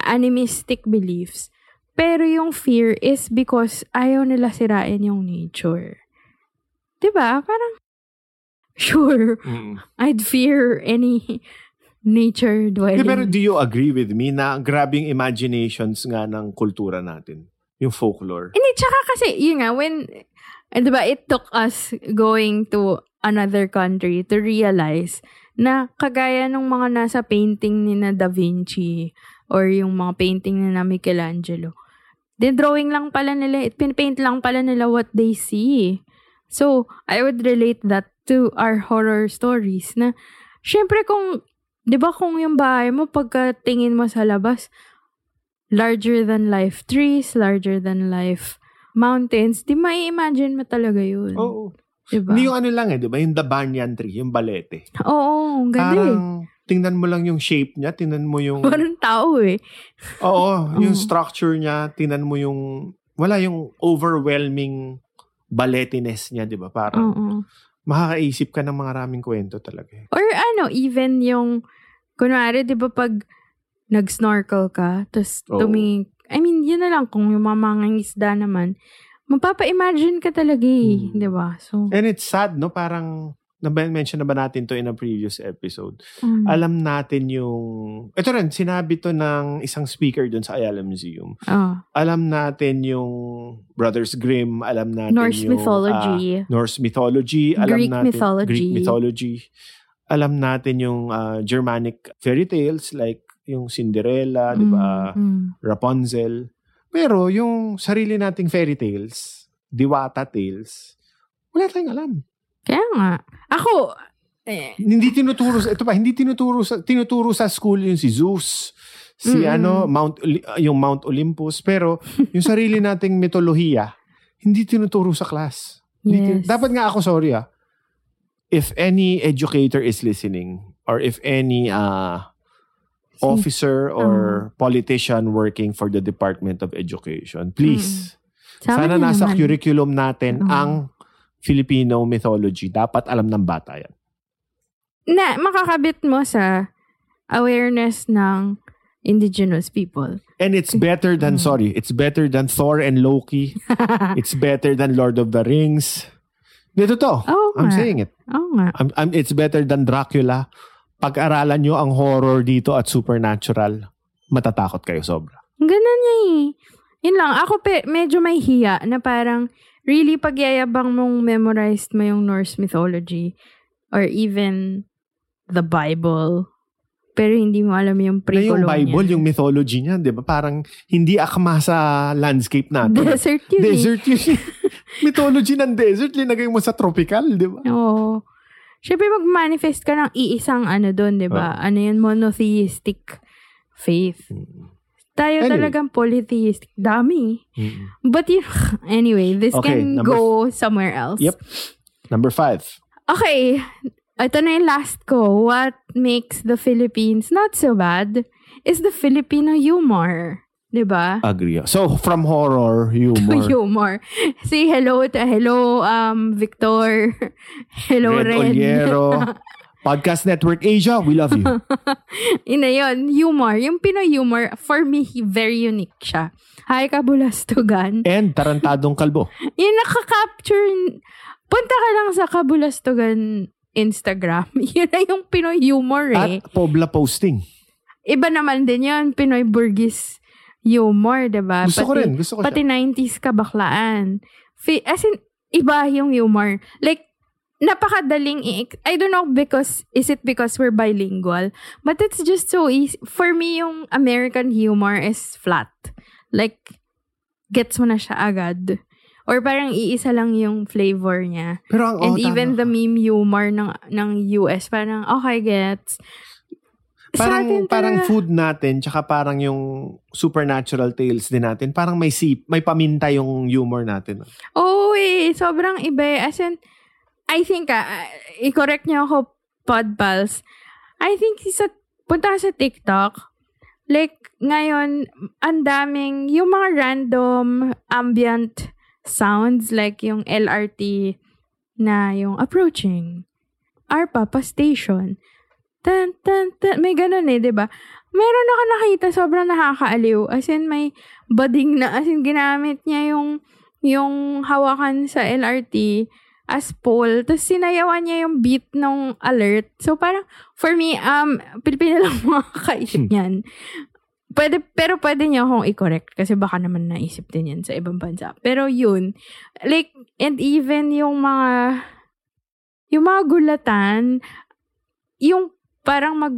Speaker 5: animistic beliefs. Pero yung fear is because ayaw nila sirain yung nature. 'Di ba Parang, [laughs] sure, I'd fear any nature
Speaker 6: Eh,
Speaker 5: dwelling.
Speaker 6: pero do you agree with me na grabbing imaginations nga ng kultura natin? Yung folklore.
Speaker 5: Hindi, tsaka kasi, yun nga, when, eh, di ba, it took us going to another country to realize na kagaya nung mga nasa painting ni na Da Vinci or yung mga painting ni na Michelangelo, the drawing lang pala nila, it pinpaint lang pala nila what they see. So, I would relate that to our horror stories na, syempre kung, di ba kung yung bahay mo, pagkatingin mo sa labas, larger than life trees, larger than life mountains, di mai-imagine mo talaga yun.
Speaker 6: Oo.
Speaker 5: Diba?
Speaker 6: Hindi yung ano lang eh, di ba? Yung the banyan tree, yung balete.
Speaker 5: Oo, ang ganda eh.
Speaker 6: Parang tingnan mo lang yung shape niya, tingnan mo yung...
Speaker 5: Parang tao eh.
Speaker 6: oo,
Speaker 5: [laughs]
Speaker 6: yung
Speaker 5: Oo.
Speaker 6: structure niya, tingnan mo yung... Wala yung overwhelming baletiness niya, di ba? Parang
Speaker 5: Oo.
Speaker 6: makakaisip ka ng maraming kwento talaga. eh.
Speaker 5: Or ano, even yung, kunwari, di ba pag nag-snorkel ka, tapos
Speaker 6: Oo.
Speaker 5: tumingin, I mean, yun na lang kung yung mga mangangisda naman, mapapa-imagine ka talaga eh,
Speaker 6: Mm.
Speaker 5: di ba? So,
Speaker 6: And it's sad, no? Parang, na-mention na ba natin to in a previous episode? Eh,
Speaker 5: mm.
Speaker 6: alam natin yung... Ito rin, sinabi to ng isang speaker dun sa Ayala Museum.
Speaker 5: Oo.
Speaker 6: Alam natin yung Brothers Grimm, alam natin
Speaker 5: Norse
Speaker 6: yung...
Speaker 5: mythology.
Speaker 6: ah, Norse mythology. Alam
Speaker 5: Greek
Speaker 6: natin,
Speaker 5: mythology.
Speaker 6: Greek mythology. Alam natin yung ah, Germanic fairy tales like yung Cinderella, di ba?
Speaker 5: Mm,
Speaker 6: Rapunzel. Pero yung sarili nating fairy tales, diwata tales, wala tayong alam.
Speaker 5: Kaya nga. Ako, eh,
Speaker 6: hindi tinuturo sa, ito ba, hindi tinuturo sa, tinuturo sa school yung si Zeus, si
Speaker 5: Mm-mm.
Speaker 6: ano, Mount, Oli- yung Mount Olympus, pero yung sarili nating mitolohiya, hindi tinuturo sa class. Hindi tin-
Speaker 5: yes.
Speaker 6: dapat nga ako, sorry ah, if any educator is listening, or if any ah, officer or politician working for the Department of Education, please,
Speaker 5: Sama
Speaker 6: sana
Speaker 5: niyo
Speaker 6: nasa
Speaker 5: Mm. naman.
Speaker 6: curriculum natin
Speaker 5: Oo.
Speaker 6: ang Filipino mythology, dapat alam ng bata yan.
Speaker 5: Na, makakabit mo sa awareness ng indigenous people. [laughs]
Speaker 6: And it's better than,
Speaker 5: Mm.
Speaker 6: sorry, it's better than Thor and
Speaker 5: [laughs]
Speaker 6: Loki. it's better than Lord of the Rings. Dito to.
Speaker 5: Oo
Speaker 6: I'm
Speaker 5: nga.
Speaker 6: saying it.
Speaker 5: Oo nga.
Speaker 6: I'm, I'm, it's better than Dracula. Pag-aralan nyo ang horror dito at supernatural, matatakot kayo sobra.
Speaker 5: Ganun niya eh. Yun lang. Ako pe, medyo may hiya na parang really pagyayabang mong memorized mo yung Norse mythology or even the Bible. Pero hindi mo alam
Speaker 6: Na
Speaker 5: yung
Speaker 6: Ano yung
Speaker 5: pre-colonial.
Speaker 6: Bible, yung mythology niya, di ba? Parang hindi akma sa landscape natin.
Speaker 5: [laughs] Desert yun eh.
Speaker 6: Desert
Speaker 5: [laughs]
Speaker 6: yun. mythology ng desert, linagay mo sa tropical, di ba?
Speaker 5: Oo. Siyempre, mag-manifest ka ng iisang ano doon, di ba?
Speaker 6: Ah.
Speaker 5: Ano yun? Monotheistic faith. Tayo
Speaker 6: Anyway.
Speaker 5: talagang polytheistic. Dami.
Speaker 6: Mm.
Speaker 5: But you, [laughs] anyway, this
Speaker 6: Okay,
Speaker 5: can
Speaker 6: number
Speaker 5: go somewhere else.
Speaker 6: Yep. Number five.
Speaker 5: Okay. Ito na yung last ko. What makes the Philippines not so bad is the Filipino humor. Di [laughs] ba?
Speaker 6: Agree. So, from horror, Ah, humor.
Speaker 5: [laughs] humor. Say hello to hello um Victor. [laughs] Hello
Speaker 6: Red
Speaker 5: Red. [laughs]
Speaker 6: Oliero. Podcast Network Asia, we love you.
Speaker 5: Ina yun, humor. Yung Pinoy humor, for me, he- very unique siya. Hi,
Speaker 6: [laughs]
Speaker 5: Kabulastugan.
Speaker 6: And Tarantadong Kalbo.
Speaker 5: Yung nakaka-capture, punta ka lang sa Kabulastugan Instagram. [laughs] Yun na yung Pinoy humor eh.
Speaker 6: At Pobla Posting.
Speaker 5: Iba naman din yun, Pinoy Burgis humor, diba?
Speaker 6: Gusto ko rin, gusto ko
Speaker 5: Pati 90s kabaklaan. Fi- As in, iba yung humor. Like, napakadaling i- I don't know because, is it because we're bilingual? But it's just so easy. For me, yung American humor is flat. Like, gets mo na siya agad. Or parang iisa lang yung flavor niya.
Speaker 6: Pero ang,
Speaker 5: And
Speaker 6: oh,
Speaker 5: even the
Speaker 6: tama.
Speaker 5: meme humor ng, ng US, parang, okay, gets. Sa
Speaker 6: parang,
Speaker 5: atin
Speaker 6: parang
Speaker 5: talaga-
Speaker 6: food natin, tsaka parang yung supernatural tales din natin, parang may sip, may paminta yung humor natin.
Speaker 5: Oo eh, sobrang iba eh. As in, I think, ah, ah, i-correct niyo ako, podpals. I think, sa, punta ka sa TikTok, like, ngayon, ang daming, yung mga random ambient sounds, like yung LRT na yung approaching, ARPA, pa station, tan, tan, tan, may ganun eh, 'di ba Meron ako nakita, sobrang nakakaaliw. As in, may bading na, as in, ginamit niya yung yung hawakan sa LRT as pole. Tapos sinayawan niya yung beat nung alert. So parang, for me, um, Pilipino [laughs] lang
Speaker 6: Hmm.
Speaker 5: makakaisip niyan. Pwede, pero pwede niya akong i-correct kasi baka naman naisip din yan sa ibang bansa. Pero yun, like, and even yung mga, yung mga gulatan, yung parang mag,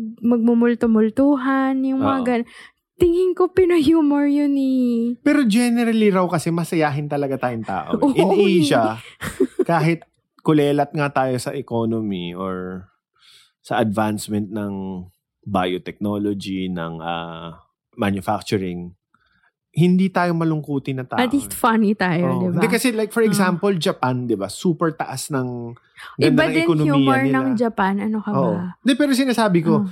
Speaker 5: magmumulto-multuhan, yung mga
Speaker 6: Oo.
Speaker 5: gan- Tingin ko pina-humor yun eh.
Speaker 6: Pero generally raw kasi masayahin talaga tayong tao. eh. In
Speaker 5: Oo eh.
Speaker 6: Asia, kahit kulelat nga tayo sa economy or sa advancement ng biotechnology, ng ah, manufacturing, hindi tayo malungkuti na tao. eh.
Speaker 5: At least funny tayo,
Speaker 6: Ah. Oo.
Speaker 5: di ba? Mm.
Speaker 6: Hindi kasi like for example, Japan, 'di ba? Super taas ng
Speaker 5: Iba
Speaker 6: ganda ng
Speaker 5: din
Speaker 6: ekonomiya
Speaker 5: humor
Speaker 6: nila.
Speaker 5: ng Japan. Ano ka
Speaker 6: Oo.
Speaker 5: ba?
Speaker 6: Hindi, pero sinasabi ko,
Speaker 5: Ah.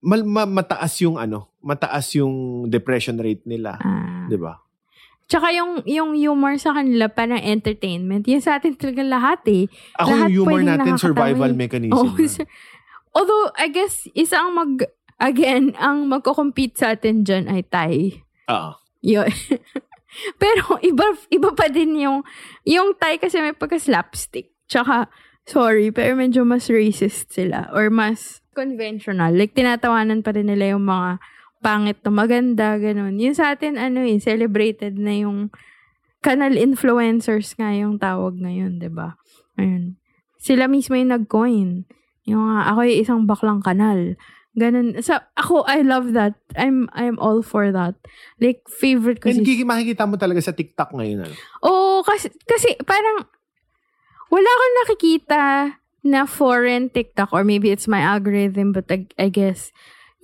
Speaker 6: mal- ma- mataas yung ano, mataas yung depression rate nila,
Speaker 5: Ah.
Speaker 6: 'di ba?
Speaker 5: Tsaka yung, yung humor sa kanila, parang entertainment. Yan sa atin talaga lahat eh.
Speaker 6: Ako
Speaker 5: Lahat
Speaker 6: yung humor
Speaker 5: pwedeng
Speaker 6: natin survival
Speaker 5: nakakatawa eh.
Speaker 6: mechanism.
Speaker 5: Oo,
Speaker 6: na.
Speaker 5: [laughs] sir. Although, I guess, isa ang mag, again, ang magko-compete sa atin dyan ay Thai.
Speaker 6: Ah.
Speaker 5: Yun. [laughs] Pero iba, iba pa din yung, yung Thai kasi may pagka-slapstick. Tsaka, sorry, pero medyo mas racist sila. Or mas conventional. Like, tinatawanan pa rin nila yung mga pangit na maganda, ganun. Yung sa atin, ano eh, celebrated na yung kanal influencers nga yung tawag ngayon, 'di ba Ayun. Sila mismo yung nag-coin. Yung ah, ako yung isang baklang kanal. Ganun. Sa, ako, I love that. I'm I'm all for that. Like, favorite ko
Speaker 6: And
Speaker 5: si
Speaker 6: Kiki, makikita mo talaga sa TikTok ngayon. Ano?
Speaker 5: Oo, kasi, kasi parang wala akong nakikita na foreign TikTok or maybe it's my algorithm but I, I guess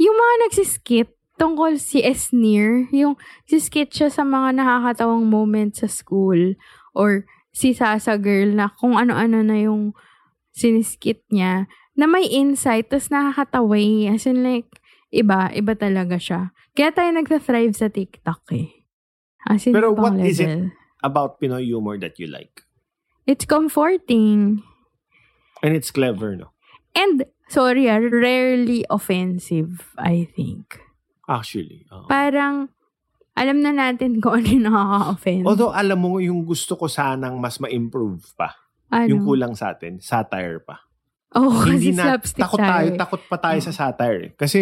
Speaker 5: yung mga nagsiskit tungkol si Esnir, yung siskit siya sa mga nakakatawang moments sa school or si Sasa Girl na kung ano-ano na yung siniskit niya na may insight tas nakakatawa eh. As in like, iba, iba talaga siya. Kaya tayo nagta-thrive sa TikTok eh. As in,
Speaker 6: Pero
Speaker 5: ibang
Speaker 6: what is it
Speaker 5: level.
Speaker 6: About Pinoy humor that you like.
Speaker 5: It's comforting.
Speaker 6: And it's clever, no?
Speaker 5: And, sorry, ah, rarely offensive, I think.
Speaker 6: Actually. oo.
Speaker 5: Parang, alam na natin kung ano yung nakaka-offend.
Speaker 6: Although alam mo yung gusto ko sanang mas ma-improve pa.
Speaker 5: ano?
Speaker 6: Yung kulang sa atin, satire pa.
Speaker 5: Oh, kasi
Speaker 6: Hindi na,
Speaker 5: slapstick
Speaker 6: takot
Speaker 5: tayo.
Speaker 6: tayo,
Speaker 5: eh.
Speaker 6: takot pa tayo sa satire. eh. Kasi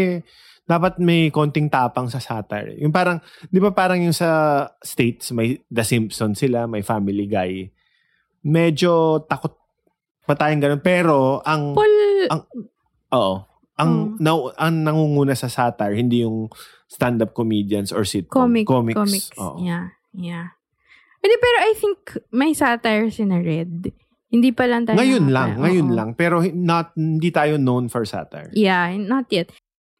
Speaker 6: dapat may konting tapang sa satire. eh. Yung parang, di ba parang yung sa States, may The Simpsons sila, may Family Guy. Medyo takot pa tayong ganun. Pero ang,
Speaker 5: Paul,
Speaker 6: oo, ang,
Speaker 5: Oo.
Speaker 6: nau- ang nangunguna sa satire, hindi yung stand-up comedians or sitcom.
Speaker 5: comic,
Speaker 6: comics.
Speaker 5: comics.
Speaker 6: Oo.
Speaker 5: Yeah, yeah. Hindi, pero I think may satire si na Red. Hindi pa lang tayo.
Speaker 6: Ngayon lang,
Speaker 5: nakaka-
Speaker 6: ngayon
Speaker 5: oo.
Speaker 6: lang. Pero not, hindi tayo known for satire.
Speaker 5: Yeah, not yet.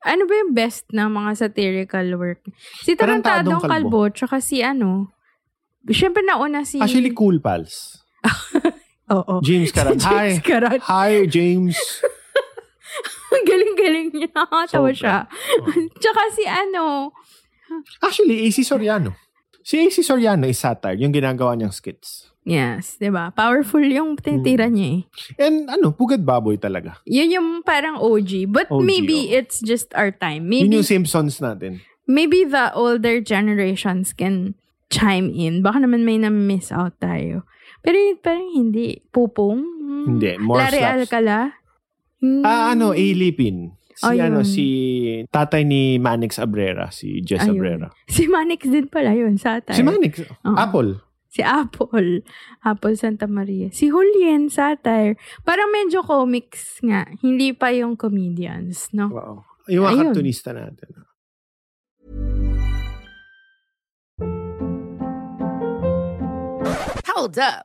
Speaker 5: Ano ba yung best na mga satirical work? Si
Speaker 6: Tarantadong
Speaker 5: Tarantadong,
Speaker 6: Kalbo. Ah,
Speaker 5: Kalbo, tsaka si ano, syempre nauna si...
Speaker 6: Actually, cool pals.
Speaker 5: Oo.
Speaker 6: James Caran.
Speaker 5: Si [laughs]
Speaker 6: Hi.
Speaker 5: James Caran.
Speaker 6: Hi, James.
Speaker 5: Ang galing-galing niya.
Speaker 6: Sobra.
Speaker 5: Nakakatawa siya.
Speaker 6: Oo.
Speaker 5: [laughs] tsaka si ano,
Speaker 6: Actually, AC Soriano. Si AC Soriano is satire, yung ginagawa niyang skits.
Speaker 5: yes, di ba? Powerful yung tinitira
Speaker 6: Hmm.
Speaker 5: niya eh.
Speaker 6: And ano, pugad baboy talaga.
Speaker 5: Yun yung parang OG. But
Speaker 6: OG,
Speaker 5: maybe
Speaker 6: oo.
Speaker 5: it's just our time.
Speaker 6: Yun
Speaker 5: Maybe,
Speaker 6: yung Simpsons natin.
Speaker 5: maybe the older generations can chime in. Baka naman may na-miss out tayo. Pero yun, parang hindi. Pupong? Hmm.
Speaker 6: Hindi, more
Speaker 5: Larry
Speaker 6: slaps.
Speaker 5: Alcala? Hmm.
Speaker 6: Ah, ano, A. Lipin. Si
Speaker 5: Oh,
Speaker 6: ano,
Speaker 5: yun.
Speaker 6: si tatay ni Manix Abrera, si Jess
Speaker 5: Ayun. Oh.
Speaker 6: Abrera.
Speaker 5: Si Manix din pala yun, satire.
Speaker 6: Si Manix,
Speaker 5: Oo.
Speaker 6: Apple.
Speaker 5: Si Apple. [laughs] Apple Santa Maria. Si Julien, satire. Parang medyo comics nga. Hindi pa yung comedians, no?
Speaker 6: Wow. Yung mga
Speaker 5: Ayun.
Speaker 6: cartoonista natin.
Speaker 8: Hold up.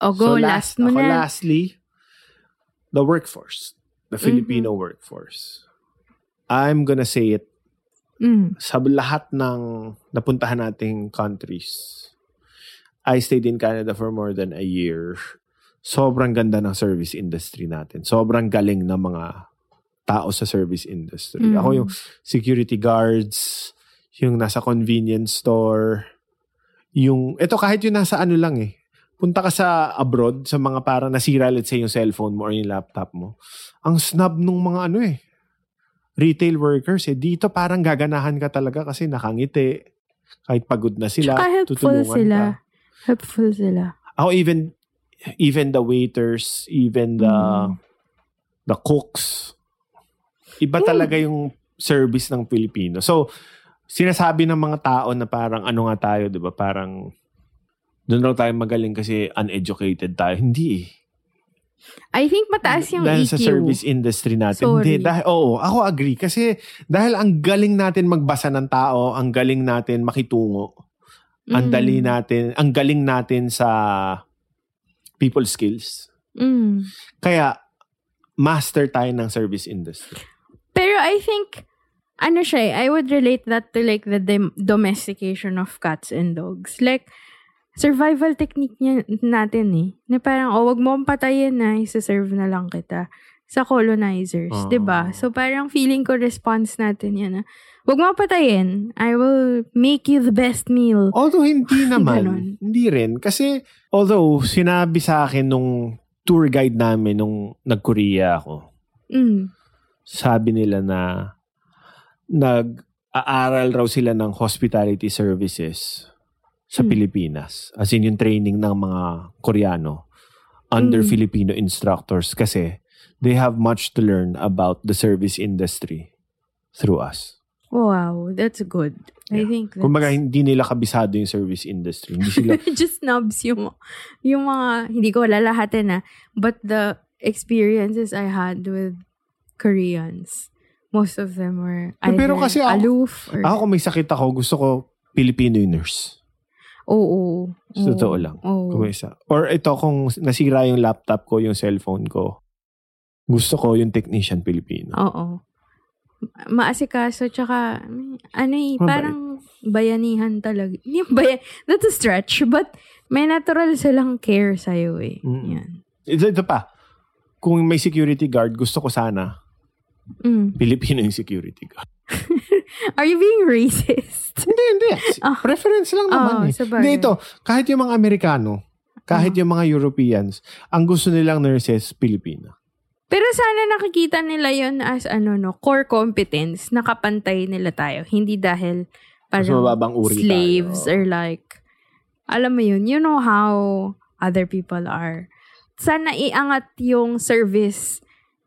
Speaker 5: O Oh, go, last, mo
Speaker 6: ako,
Speaker 5: na.
Speaker 6: lastly, the workforce. The Filipino
Speaker 5: Mm-hmm.
Speaker 6: workforce. I'm gonna say it
Speaker 5: Mm.
Speaker 6: sa lahat ng napuntahan nating countries, I stayed in Canada for more than a year. Sobrang ganda ng service industry natin. Sobrang galing ng mga tao sa service industry.
Speaker 5: Mm.
Speaker 6: Ako yung security guards, yung nasa convenience store, yung, eto kahit yung nasa ano lang eh, punta ka sa abroad, sa mga para nasira, let's say, yung cellphone mo or yung laptop mo, ang snub nung mga ano eh, retail workers eh. Dito parang gaganahan ka talaga kasi nakangiti. Kahit pagod na sila,
Speaker 5: Tsaka helpful
Speaker 6: tutulungan
Speaker 5: sila.
Speaker 6: ka.
Speaker 5: Helpful sila.
Speaker 6: Ako even, even the waiters, even the,
Speaker 5: Mm.
Speaker 6: the cooks,
Speaker 5: Hmm.
Speaker 6: iba talaga yung service ng Pilipino. So, sinasabi ng mga tao na parang ano nga tayo, di ba? Parang, doon raw tayo magaling kasi uneducated tayo. Hindi eh.
Speaker 5: I think mataas yung E
Speaker 6: dahil
Speaker 5: EQ.
Speaker 6: sa service industry natin.
Speaker 5: Sorry.
Speaker 6: Hindi, dahil, oo, ako agree. Kasi dahil ang galing natin magbasa ng tao, ang galing natin makitungo, ang
Speaker 5: Mm.
Speaker 6: dali natin, ang galing natin sa people skills.
Speaker 5: Mm.
Speaker 6: Kaya, master tayo ng service industry.
Speaker 5: Pero I think, ano siya eh, I would relate that to like the dem- domestication of cats and dogs. Like, survival technique niya, natin eh. Na parang, oh, wag mo akong patayin na, isa-serve na lang kita sa colonizers,
Speaker 6: Ah.
Speaker 5: 'di ba? So parang feeling ko response natin 'yan na. Wag mo akong patayin. I will make you the best meal.
Speaker 6: Although
Speaker 5: [laughs]
Speaker 6: hindi naman,
Speaker 5: Ganon.
Speaker 6: hindi rin. Kasi although sinabi sa akin nung tour guide namin nung nag-Korea ako,
Speaker 5: Mm.
Speaker 6: sabi nila na nag-aaral raw sila ng hospitality services sa
Speaker 5: Hmm.
Speaker 6: Pilipinas. As in yung training ng mga Koreano under
Speaker 5: Hmm.
Speaker 6: Filipino instructors kasi they have much to learn about the service industry through us.
Speaker 5: Wow, that's good. I
Speaker 6: Yeah.
Speaker 5: think that's...
Speaker 6: Kumbaga hindi nila kabisado yung service industry. Hindi
Speaker 5: [laughs]
Speaker 6: sila
Speaker 5: just snubs yung, yung mga, hindi ko lalahatin na, but the experiences I had with Koreans, most of them were
Speaker 6: Eh,
Speaker 5: either
Speaker 6: pero kasi ako-
Speaker 5: aloof or,
Speaker 6: Ako kung may sakit ako, gusto ko Filipino yung nurse.
Speaker 5: Oo.
Speaker 6: Sa
Speaker 5: oo.
Speaker 6: Totoo lang.
Speaker 5: Oo.
Speaker 6: Kung may isa. Or ito, kung nasira yung laptop ko, yung cellphone ko, gusto ko yung technician Pilipino.
Speaker 5: Oo. Maasikaso, tsaka, mm, ano eh,
Speaker 6: Mabait.
Speaker 5: parang bayanihan talaga. Hindi bayan, that's a stretch, but may natural silang care sa'yo eh.
Speaker 6: Mm.
Speaker 5: Yan.
Speaker 6: Ito, ito pa. Kung may security guard, gusto ko sana
Speaker 5: Mm.
Speaker 6: Pilipino yung security
Speaker 5: [laughs]
Speaker 6: guard.
Speaker 5: Are you being racist?
Speaker 6: Hindi, hindi. S-
Speaker 5: Ah.
Speaker 6: Preference lang naman
Speaker 5: Oo,
Speaker 6: eh.
Speaker 5: sabagay. Ah.
Speaker 6: Hindi ito, kahit yung mga Amerikano, kahit yung mga Europeans, ang gusto nilang nurses, Pilipina.
Speaker 5: Pero sana nakikita nila yon as ano no, core competence. Nakapantay nila tayo. Hindi dahil
Speaker 6: Mas
Speaker 5: parang
Speaker 6: mababang uri
Speaker 5: slaves
Speaker 6: tayo.
Speaker 5: or like, alam mo yun, you know how other people are. Sana iangat yung service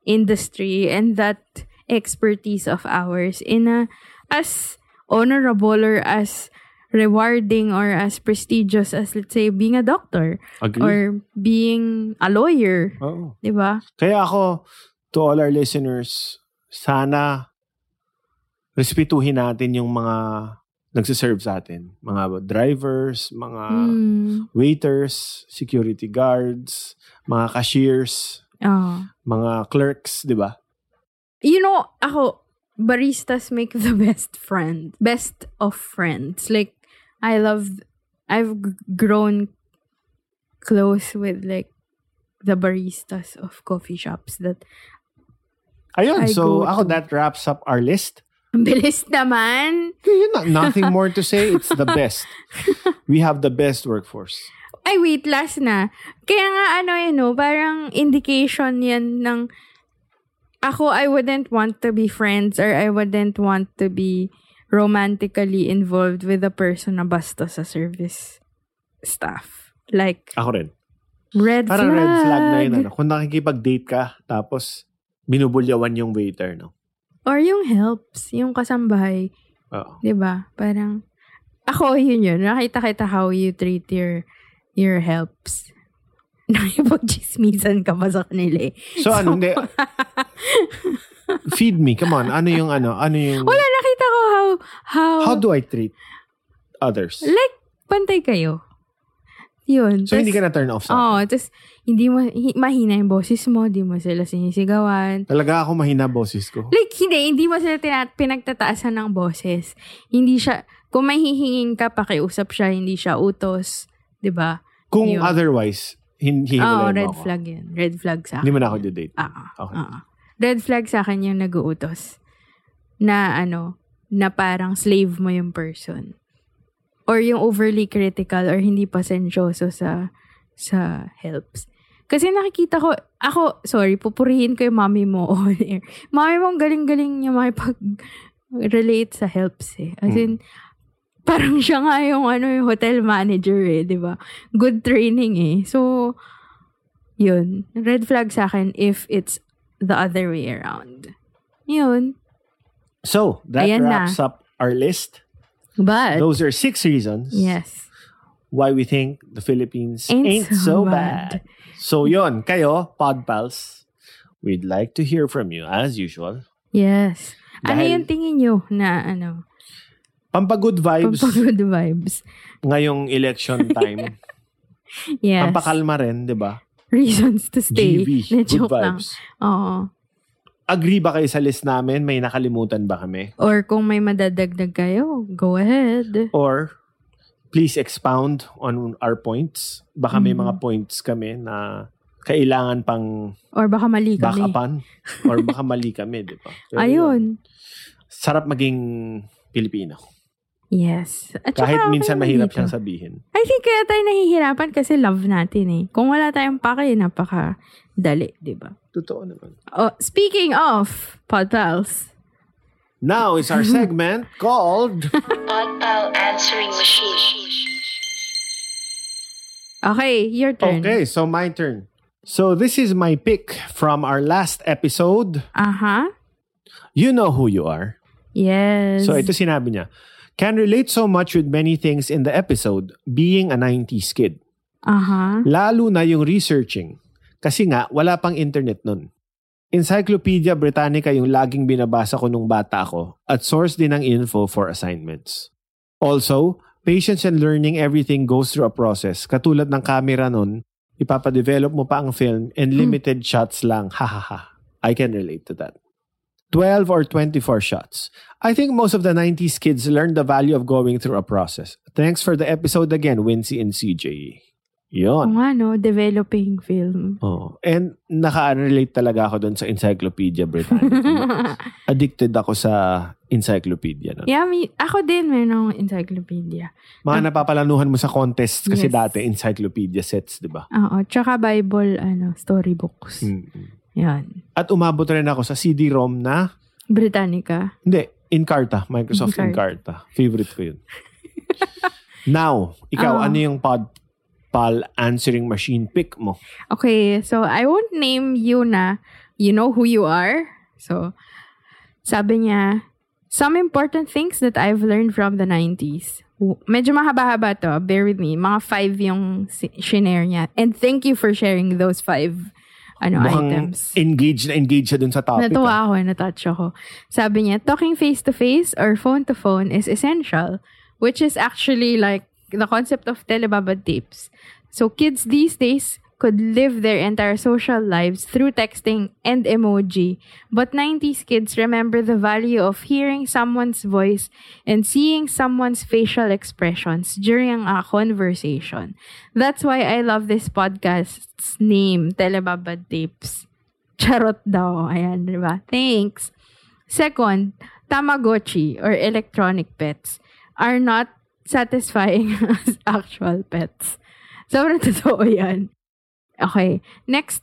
Speaker 5: industry and that expertise of ours in a as honorable or as rewarding or as prestigious as let's say being a doctor
Speaker 6: Agree? Ah.
Speaker 5: or being a lawyer,
Speaker 6: Oo.
Speaker 5: 'di ba?
Speaker 6: Kaya ako, to all our listeners, sana respetuhin natin yung mga nagsiserve sa atin. Mga drivers, mga
Speaker 5: Mm.
Speaker 6: waiters, security guards, mga cashiers,
Speaker 5: Oo.
Speaker 6: mga clerks, di ba?
Speaker 5: Oh. You know, ako, baristas make the [laughs] best friend. Best of friends. Like, I love, I've g- grown close with like the baristas of coffee shops that [laughs]
Speaker 6: Ayun,
Speaker 5: I
Speaker 6: so
Speaker 5: go
Speaker 6: ako,
Speaker 5: to-
Speaker 6: that wraps up our list.
Speaker 5: ang bilis naman.
Speaker 6: Yun na, nothing more to say. It's the best. We have the best workforce.
Speaker 5: Ay, wait, last na. Kaya nga, ano, eh, no, parang indication yan ng ako, I wouldn't want to be friends or I wouldn't want to be romantically involved with a person na basta sa service staff. Like,
Speaker 6: Ako rin. Ah,
Speaker 5: red
Speaker 6: Parang
Speaker 5: flag.
Speaker 6: red flag na yun. Ano. Kung nakikipag-date ka, tapos binubulyawan yung waiter, no?
Speaker 5: Or yung helps, yung kasambahay.
Speaker 6: Oo.
Speaker 5: 'di ba? Parang ako yun yun. Nakita kita how you treat your your helps. [laughs] Nakipag-chismisan ka pa sa kanila eh.
Speaker 6: So, ano,
Speaker 5: [laughs]
Speaker 6: hindi. Feed me, come on. Ano yung ano? Ano yung...
Speaker 5: Wala, nakita ko how, how,
Speaker 6: How do I treat others?
Speaker 5: like, pantay kayo. Yun.
Speaker 6: So, hindi ka na turn off sa
Speaker 5: Oo,
Speaker 6: akin.
Speaker 5: tapos, hindi mo, hi- mahina yung boses mo, hindi mo sila sinisigawan.
Speaker 6: Talaga ako mahina boses ko.
Speaker 5: Like, hindi, hindi mo sila tina- pinagtataasan ng boses. Hindi siya, kung may hihingin ka, pakiusap siya, hindi siya utos. 'di ba?
Speaker 6: Kung
Speaker 5: yun.
Speaker 6: otherwise, hin-
Speaker 5: Oo,
Speaker 6: hihiwalay mo
Speaker 5: Oh, red
Speaker 6: ako.
Speaker 5: flag yun. Red flag sa akin.
Speaker 6: Hindi mo na ako date.
Speaker 5: Ah, ah,
Speaker 6: Okay.
Speaker 5: ah. Red flag sa akin yung nag-uutos. Na ano, na parang slave mo yung person. Or yung overly critical or hindi pasensyoso sa sa helps. Kasi nakikita ko, ako, sorry, pupurihin ko yung mami mo [laughs] on air. Mami mo, ang galing-galing niya makipag-relate sa helps eh. As in, parang siya nga yung, ano, yung hotel manager eh, di ba? Good training eh. So, yun. Red flag sa akin if it's the other way around. Yun.
Speaker 6: So, that
Speaker 5: Ayan na.
Speaker 6: wraps up our list.
Speaker 5: But,
Speaker 6: Those are six reasons
Speaker 5: yes.
Speaker 6: why we think the Philippines ain't,
Speaker 5: Ain't
Speaker 6: so
Speaker 5: so
Speaker 6: bad.
Speaker 5: bad.
Speaker 6: So yon, kayo, pod pals, we'd like to hear from you as usual.
Speaker 5: Yes. ano
Speaker 6: Dahil-
Speaker 5: yung tingin nyo na ano?
Speaker 6: Pampagood vibes
Speaker 5: Pampagod vibes.
Speaker 6: ngayong election
Speaker 5: [laughs]
Speaker 6: time.
Speaker 5: Yes.
Speaker 6: Pampakalma rin, di ba?
Speaker 5: Reasons to stay.
Speaker 6: GV, good
Speaker 5: [laughs] Na joke lang.
Speaker 6: vibes.
Speaker 5: Oo.
Speaker 6: Agree ba kayo sa list namin? May nakalimutan ba kami?
Speaker 5: Or kung may madadagdag kayo, go ahead.
Speaker 6: Or please expound on our points. Baka may
Speaker 5: Mm.
Speaker 6: mga points kami na kailangan pang
Speaker 5: Or baka mali
Speaker 6: back
Speaker 5: kami. [laughs]
Speaker 6: upan or baka mali kami, di ba? Pero yun,
Speaker 5: Ayun.
Speaker 6: Sarap maging Pilipino.
Speaker 5: Yes. At saka
Speaker 6: Kahit
Speaker 5: okay
Speaker 6: minsan
Speaker 5: lang
Speaker 6: mahirap
Speaker 5: dito.
Speaker 6: siyang sabihin.
Speaker 5: I think kaya tayo nahihirapan kasi love natin eh. Kung wala tayong pake, napaka dali, di ba?
Speaker 6: Totoo naman.
Speaker 5: Oh, speaking of pod pals,
Speaker 6: Now is our
Speaker 5: [laughs]
Speaker 6: segment called
Speaker 9: Oddball answering machine.
Speaker 5: okay, Oh, your turn.
Speaker 6: Okay, so my turn. So this is my pick from our last episode.
Speaker 5: Aha.
Speaker 6: You know who you are.
Speaker 5: Uh-huh. Yes.
Speaker 6: So ito sinabi niya. Can relate so much with many things in the episode being a 90s kid.
Speaker 5: Aha.
Speaker 6: Lalo na yung researching. Kasi nga, wala pang internet nun. Encyclopedia Britannica yung laging binabasa ko nung bata ako at source din ng info for assignments. Also, Patience and learning everything goes through a process. Katulad ng camera nun, ipapadevelop mo pa ang film and limited shots lang. Ha ha ha. I can relate to that. 12 or 24 shots. I think most of the 90s kids learned the value of going through a process. Thanks for the episode again, Wincy and CJ. Yon.
Speaker 5: Oo nga, no? Oh, Developing film.
Speaker 6: Oh. And naka-relate talaga ako doon sa Encyclopedia Britannica. Addicted ako sa encyclopedia. No?
Speaker 5: Yeah, me, ako din meron akong encyclopedia.
Speaker 6: Mga napapalanuhan mo sa contests kasi
Speaker 5: Yes.
Speaker 6: dati encyclopedia sets, di ba?
Speaker 5: Oo, tsaka Bible, ano, storybooks.
Speaker 6: Hmm. Mm-hmm.
Speaker 5: Yan.
Speaker 6: At umabot rin ako sa CD-ROM na,
Speaker 5: Britannica.
Speaker 6: hindi, Encarta, Microsoft Encarta.
Speaker 5: Encarta.
Speaker 6: Favorite ko
Speaker 5: [laughs]
Speaker 6: yun. Now, ikaw,
Speaker 5: Ah.
Speaker 6: ano yung pod pal answering machine pick mo?
Speaker 5: Okay, so I won't name you na. You know who you are. So, sabi niya, some important things that I've learned from the 90s. W- Medyo mahaba-haba to. Bear with me. Mga five yung si- shinare niya. And thank you for sharing those five ano,
Speaker 6: Mukhang
Speaker 5: items.
Speaker 6: engaged na engaged siya dun sa topic.
Speaker 5: Natuwa
Speaker 6: ah.
Speaker 5: ako, eh, natouch ako. Sabi niya, talking face-to-face or phone-to-phone is essential, which is actually like the concept of telebabad tapes. So kids these days could live their entire social lives through texting and emoji. But 90s kids remember the value of hearing someone's voice and seeing someone's facial expressions during a conversation. That's why I love this podcast's name, Telebabad Tapes. Charot daw. Ayan, di ba? Thanks. Second, Tamagotchi or electronic pets are not satisfying [laughs] as actual pets. Sobrang totoo yan. Okay. Next,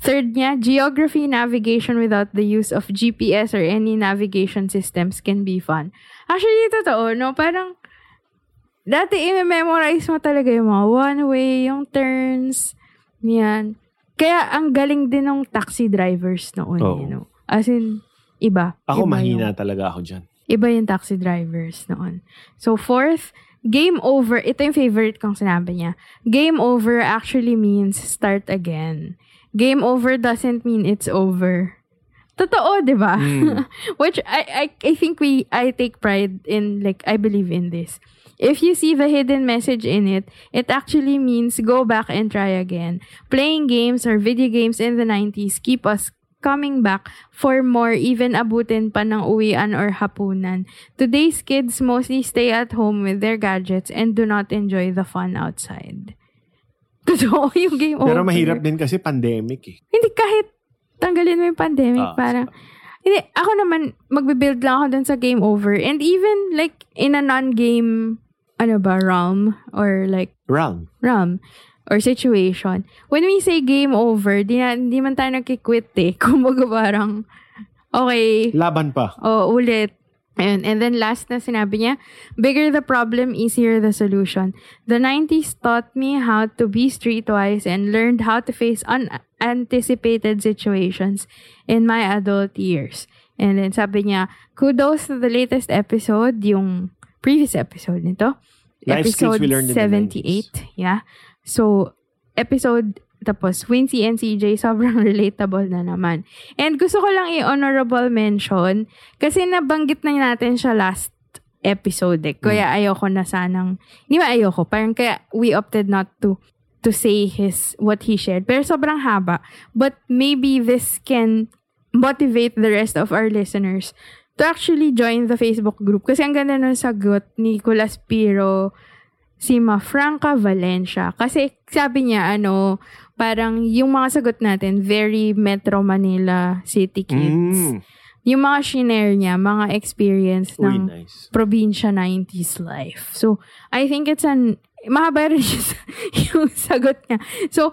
Speaker 5: third niya, geography navigation without the use of GPS or any navigation systems can be fun. Actually, totoo, no? Parang, dati i-memorize mo talaga yung mga one-way, yung turns, yan. Kaya, ang galing din ng taxi drivers noon,
Speaker 6: Oo.
Speaker 5: you know? As in, iba.
Speaker 6: Ako
Speaker 5: Iba
Speaker 6: mahina
Speaker 5: yung-
Speaker 6: talaga ako dyan.
Speaker 5: Iba yung taxi drivers noon. So, fourth, game over. Ito yung favorite kong sinabi niya. Game over actually means start again. Game over doesn't mean it's over. Totoo, di ba?
Speaker 6: Mm.
Speaker 5: [laughs] Which I, I, I think we, I take pride in, like, I believe in this. If you see the hidden message in it, it actually means go back and try again. Playing games or video games in the 90s keep us coming back for more even abutin pa ng uwian or hapunan. Today's kids mostly stay at home with their gadgets and do not enjoy the fun outside. [laughs] Totoo yung game
Speaker 6: Pero
Speaker 5: over.
Speaker 6: mahirap din kasi pandemic eh.
Speaker 5: Hindi, kahit tanggalin mo yung pandemic,
Speaker 6: Ah,
Speaker 5: parang, hindi, ako naman, magbe-build lang ako dun sa game over. And even, like, in a non-game, ano ba, realm, or like,
Speaker 6: Wrong.
Speaker 5: realm, or situation, when we say game over, di, na, di man tayo nagkikwit eh. [laughs] Kumbaga parang, okay,
Speaker 6: Laban pa.
Speaker 5: Oo, ulit. Ayun. And then last na sinabi niya, bigger the problem, easier the solution. The 90s taught me how to be streetwise and learned how to face unanticipated situations in my adult years. And then sabi niya, kudos to the latest episode, yung previous episode nito.
Speaker 6: Life skills
Speaker 5: episode
Speaker 6: we learned in the
Speaker 5: 78. yeah. So, episode tapos Wincy and CJ [laughs] sobrang relatable na naman. And gusto ko lang i-honorable mention kasi nabanggit na natin siya last episode eh. Kaya
Speaker 6: Hmm.
Speaker 5: ayoko na sanang, hindi ba ayoko, parang kaya we opted not to to say his, what he shared. Pero sobrang haba. But maybe this can motivate the rest of our listeners to actually join the Facebook group. Kasi ang ganda ng sagot ni Nicolas Piro, si Mafranca Valencia. Kasi sabi niya, ano, parang yung mga sagot natin, very Metro Manila City
Speaker 6: Mm.
Speaker 5: Kids. Yung mga shinare niya, mga experience
Speaker 6: Uy,
Speaker 5: ng
Speaker 6: nice.
Speaker 5: probinsya 90s life. So, I think it's an, mahaba rin yung sa- [laughs] yung sagot niya. So,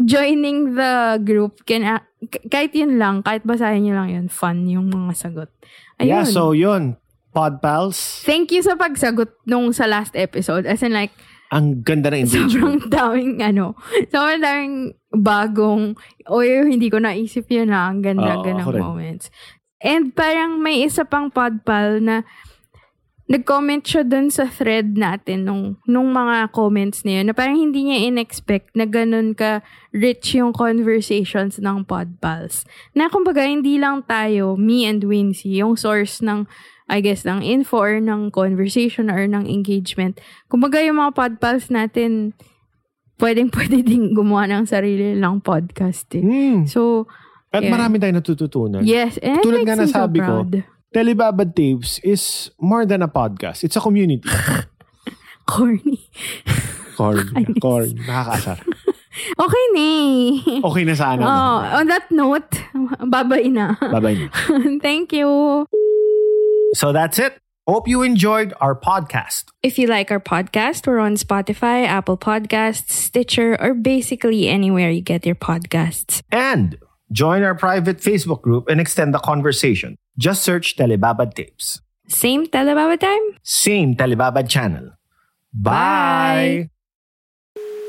Speaker 5: joining the group can, a- k- kahit yun lang, kahit basahin niyo lang yun, fun yung mga sagot. Ayun.
Speaker 6: Yeah, so yun. Pod pals.
Speaker 5: Thank you sa pagsagot nung sa last episode. As in like,
Speaker 6: Ang ganda ng engagement.
Speaker 5: sobrang daming ano, sobrang daming bagong, o hindi ko naisip yun na, ang ganda
Speaker 6: Oo,
Speaker 5: ganang
Speaker 6: ako rin.
Speaker 5: moments. And parang may isa pang podpal na nag-comment siya dun sa thread natin nung, nung mga comments na yun, na parang hindi niya in-expect na ganun ka rich yung conversations ng podpals. Na kumbaga, hindi lang tayo, me and Wincy, yung source ng I guess, ng info or ng conversation or ng engagement. Kumbaga yung mga podpals natin, pwedeng-pwede [laughs] ding gumawa ng sarili lang podcast eh.
Speaker 6: Hmm.
Speaker 5: So,
Speaker 6: At
Speaker 5: Yeah.
Speaker 6: marami tayong natututunan.
Speaker 5: yes. And it
Speaker 6: Tulad
Speaker 5: makes
Speaker 6: nga
Speaker 5: me so
Speaker 6: nasabi ko,
Speaker 5: proud.
Speaker 6: Telebabad Tapes is more than a podcast. It's a
Speaker 5: [laughs]
Speaker 6: community.
Speaker 5: Corny.
Speaker 6: Corn.
Speaker 5: Ay, miss.
Speaker 6: Corn. Nakakaasar.
Speaker 5: Okay na eh.
Speaker 6: Okay na ano. sana. no?
Speaker 5: Oh, on that note, babay na.
Speaker 6: Bye-bye na.
Speaker 5: [laughs] Thank you.
Speaker 6: So that's it. Hope you enjoyed our podcast.
Speaker 5: If you like our podcast, we're on Spotify, Apple Podcasts, Stitcher, or basically anywhere you get your podcasts.
Speaker 6: And join our private Facebook group and extend the conversation. Just search Telebabad Tapes.
Speaker 5: Same Telebaba time?
Speaker 6: Same Telebabad channel. Bye.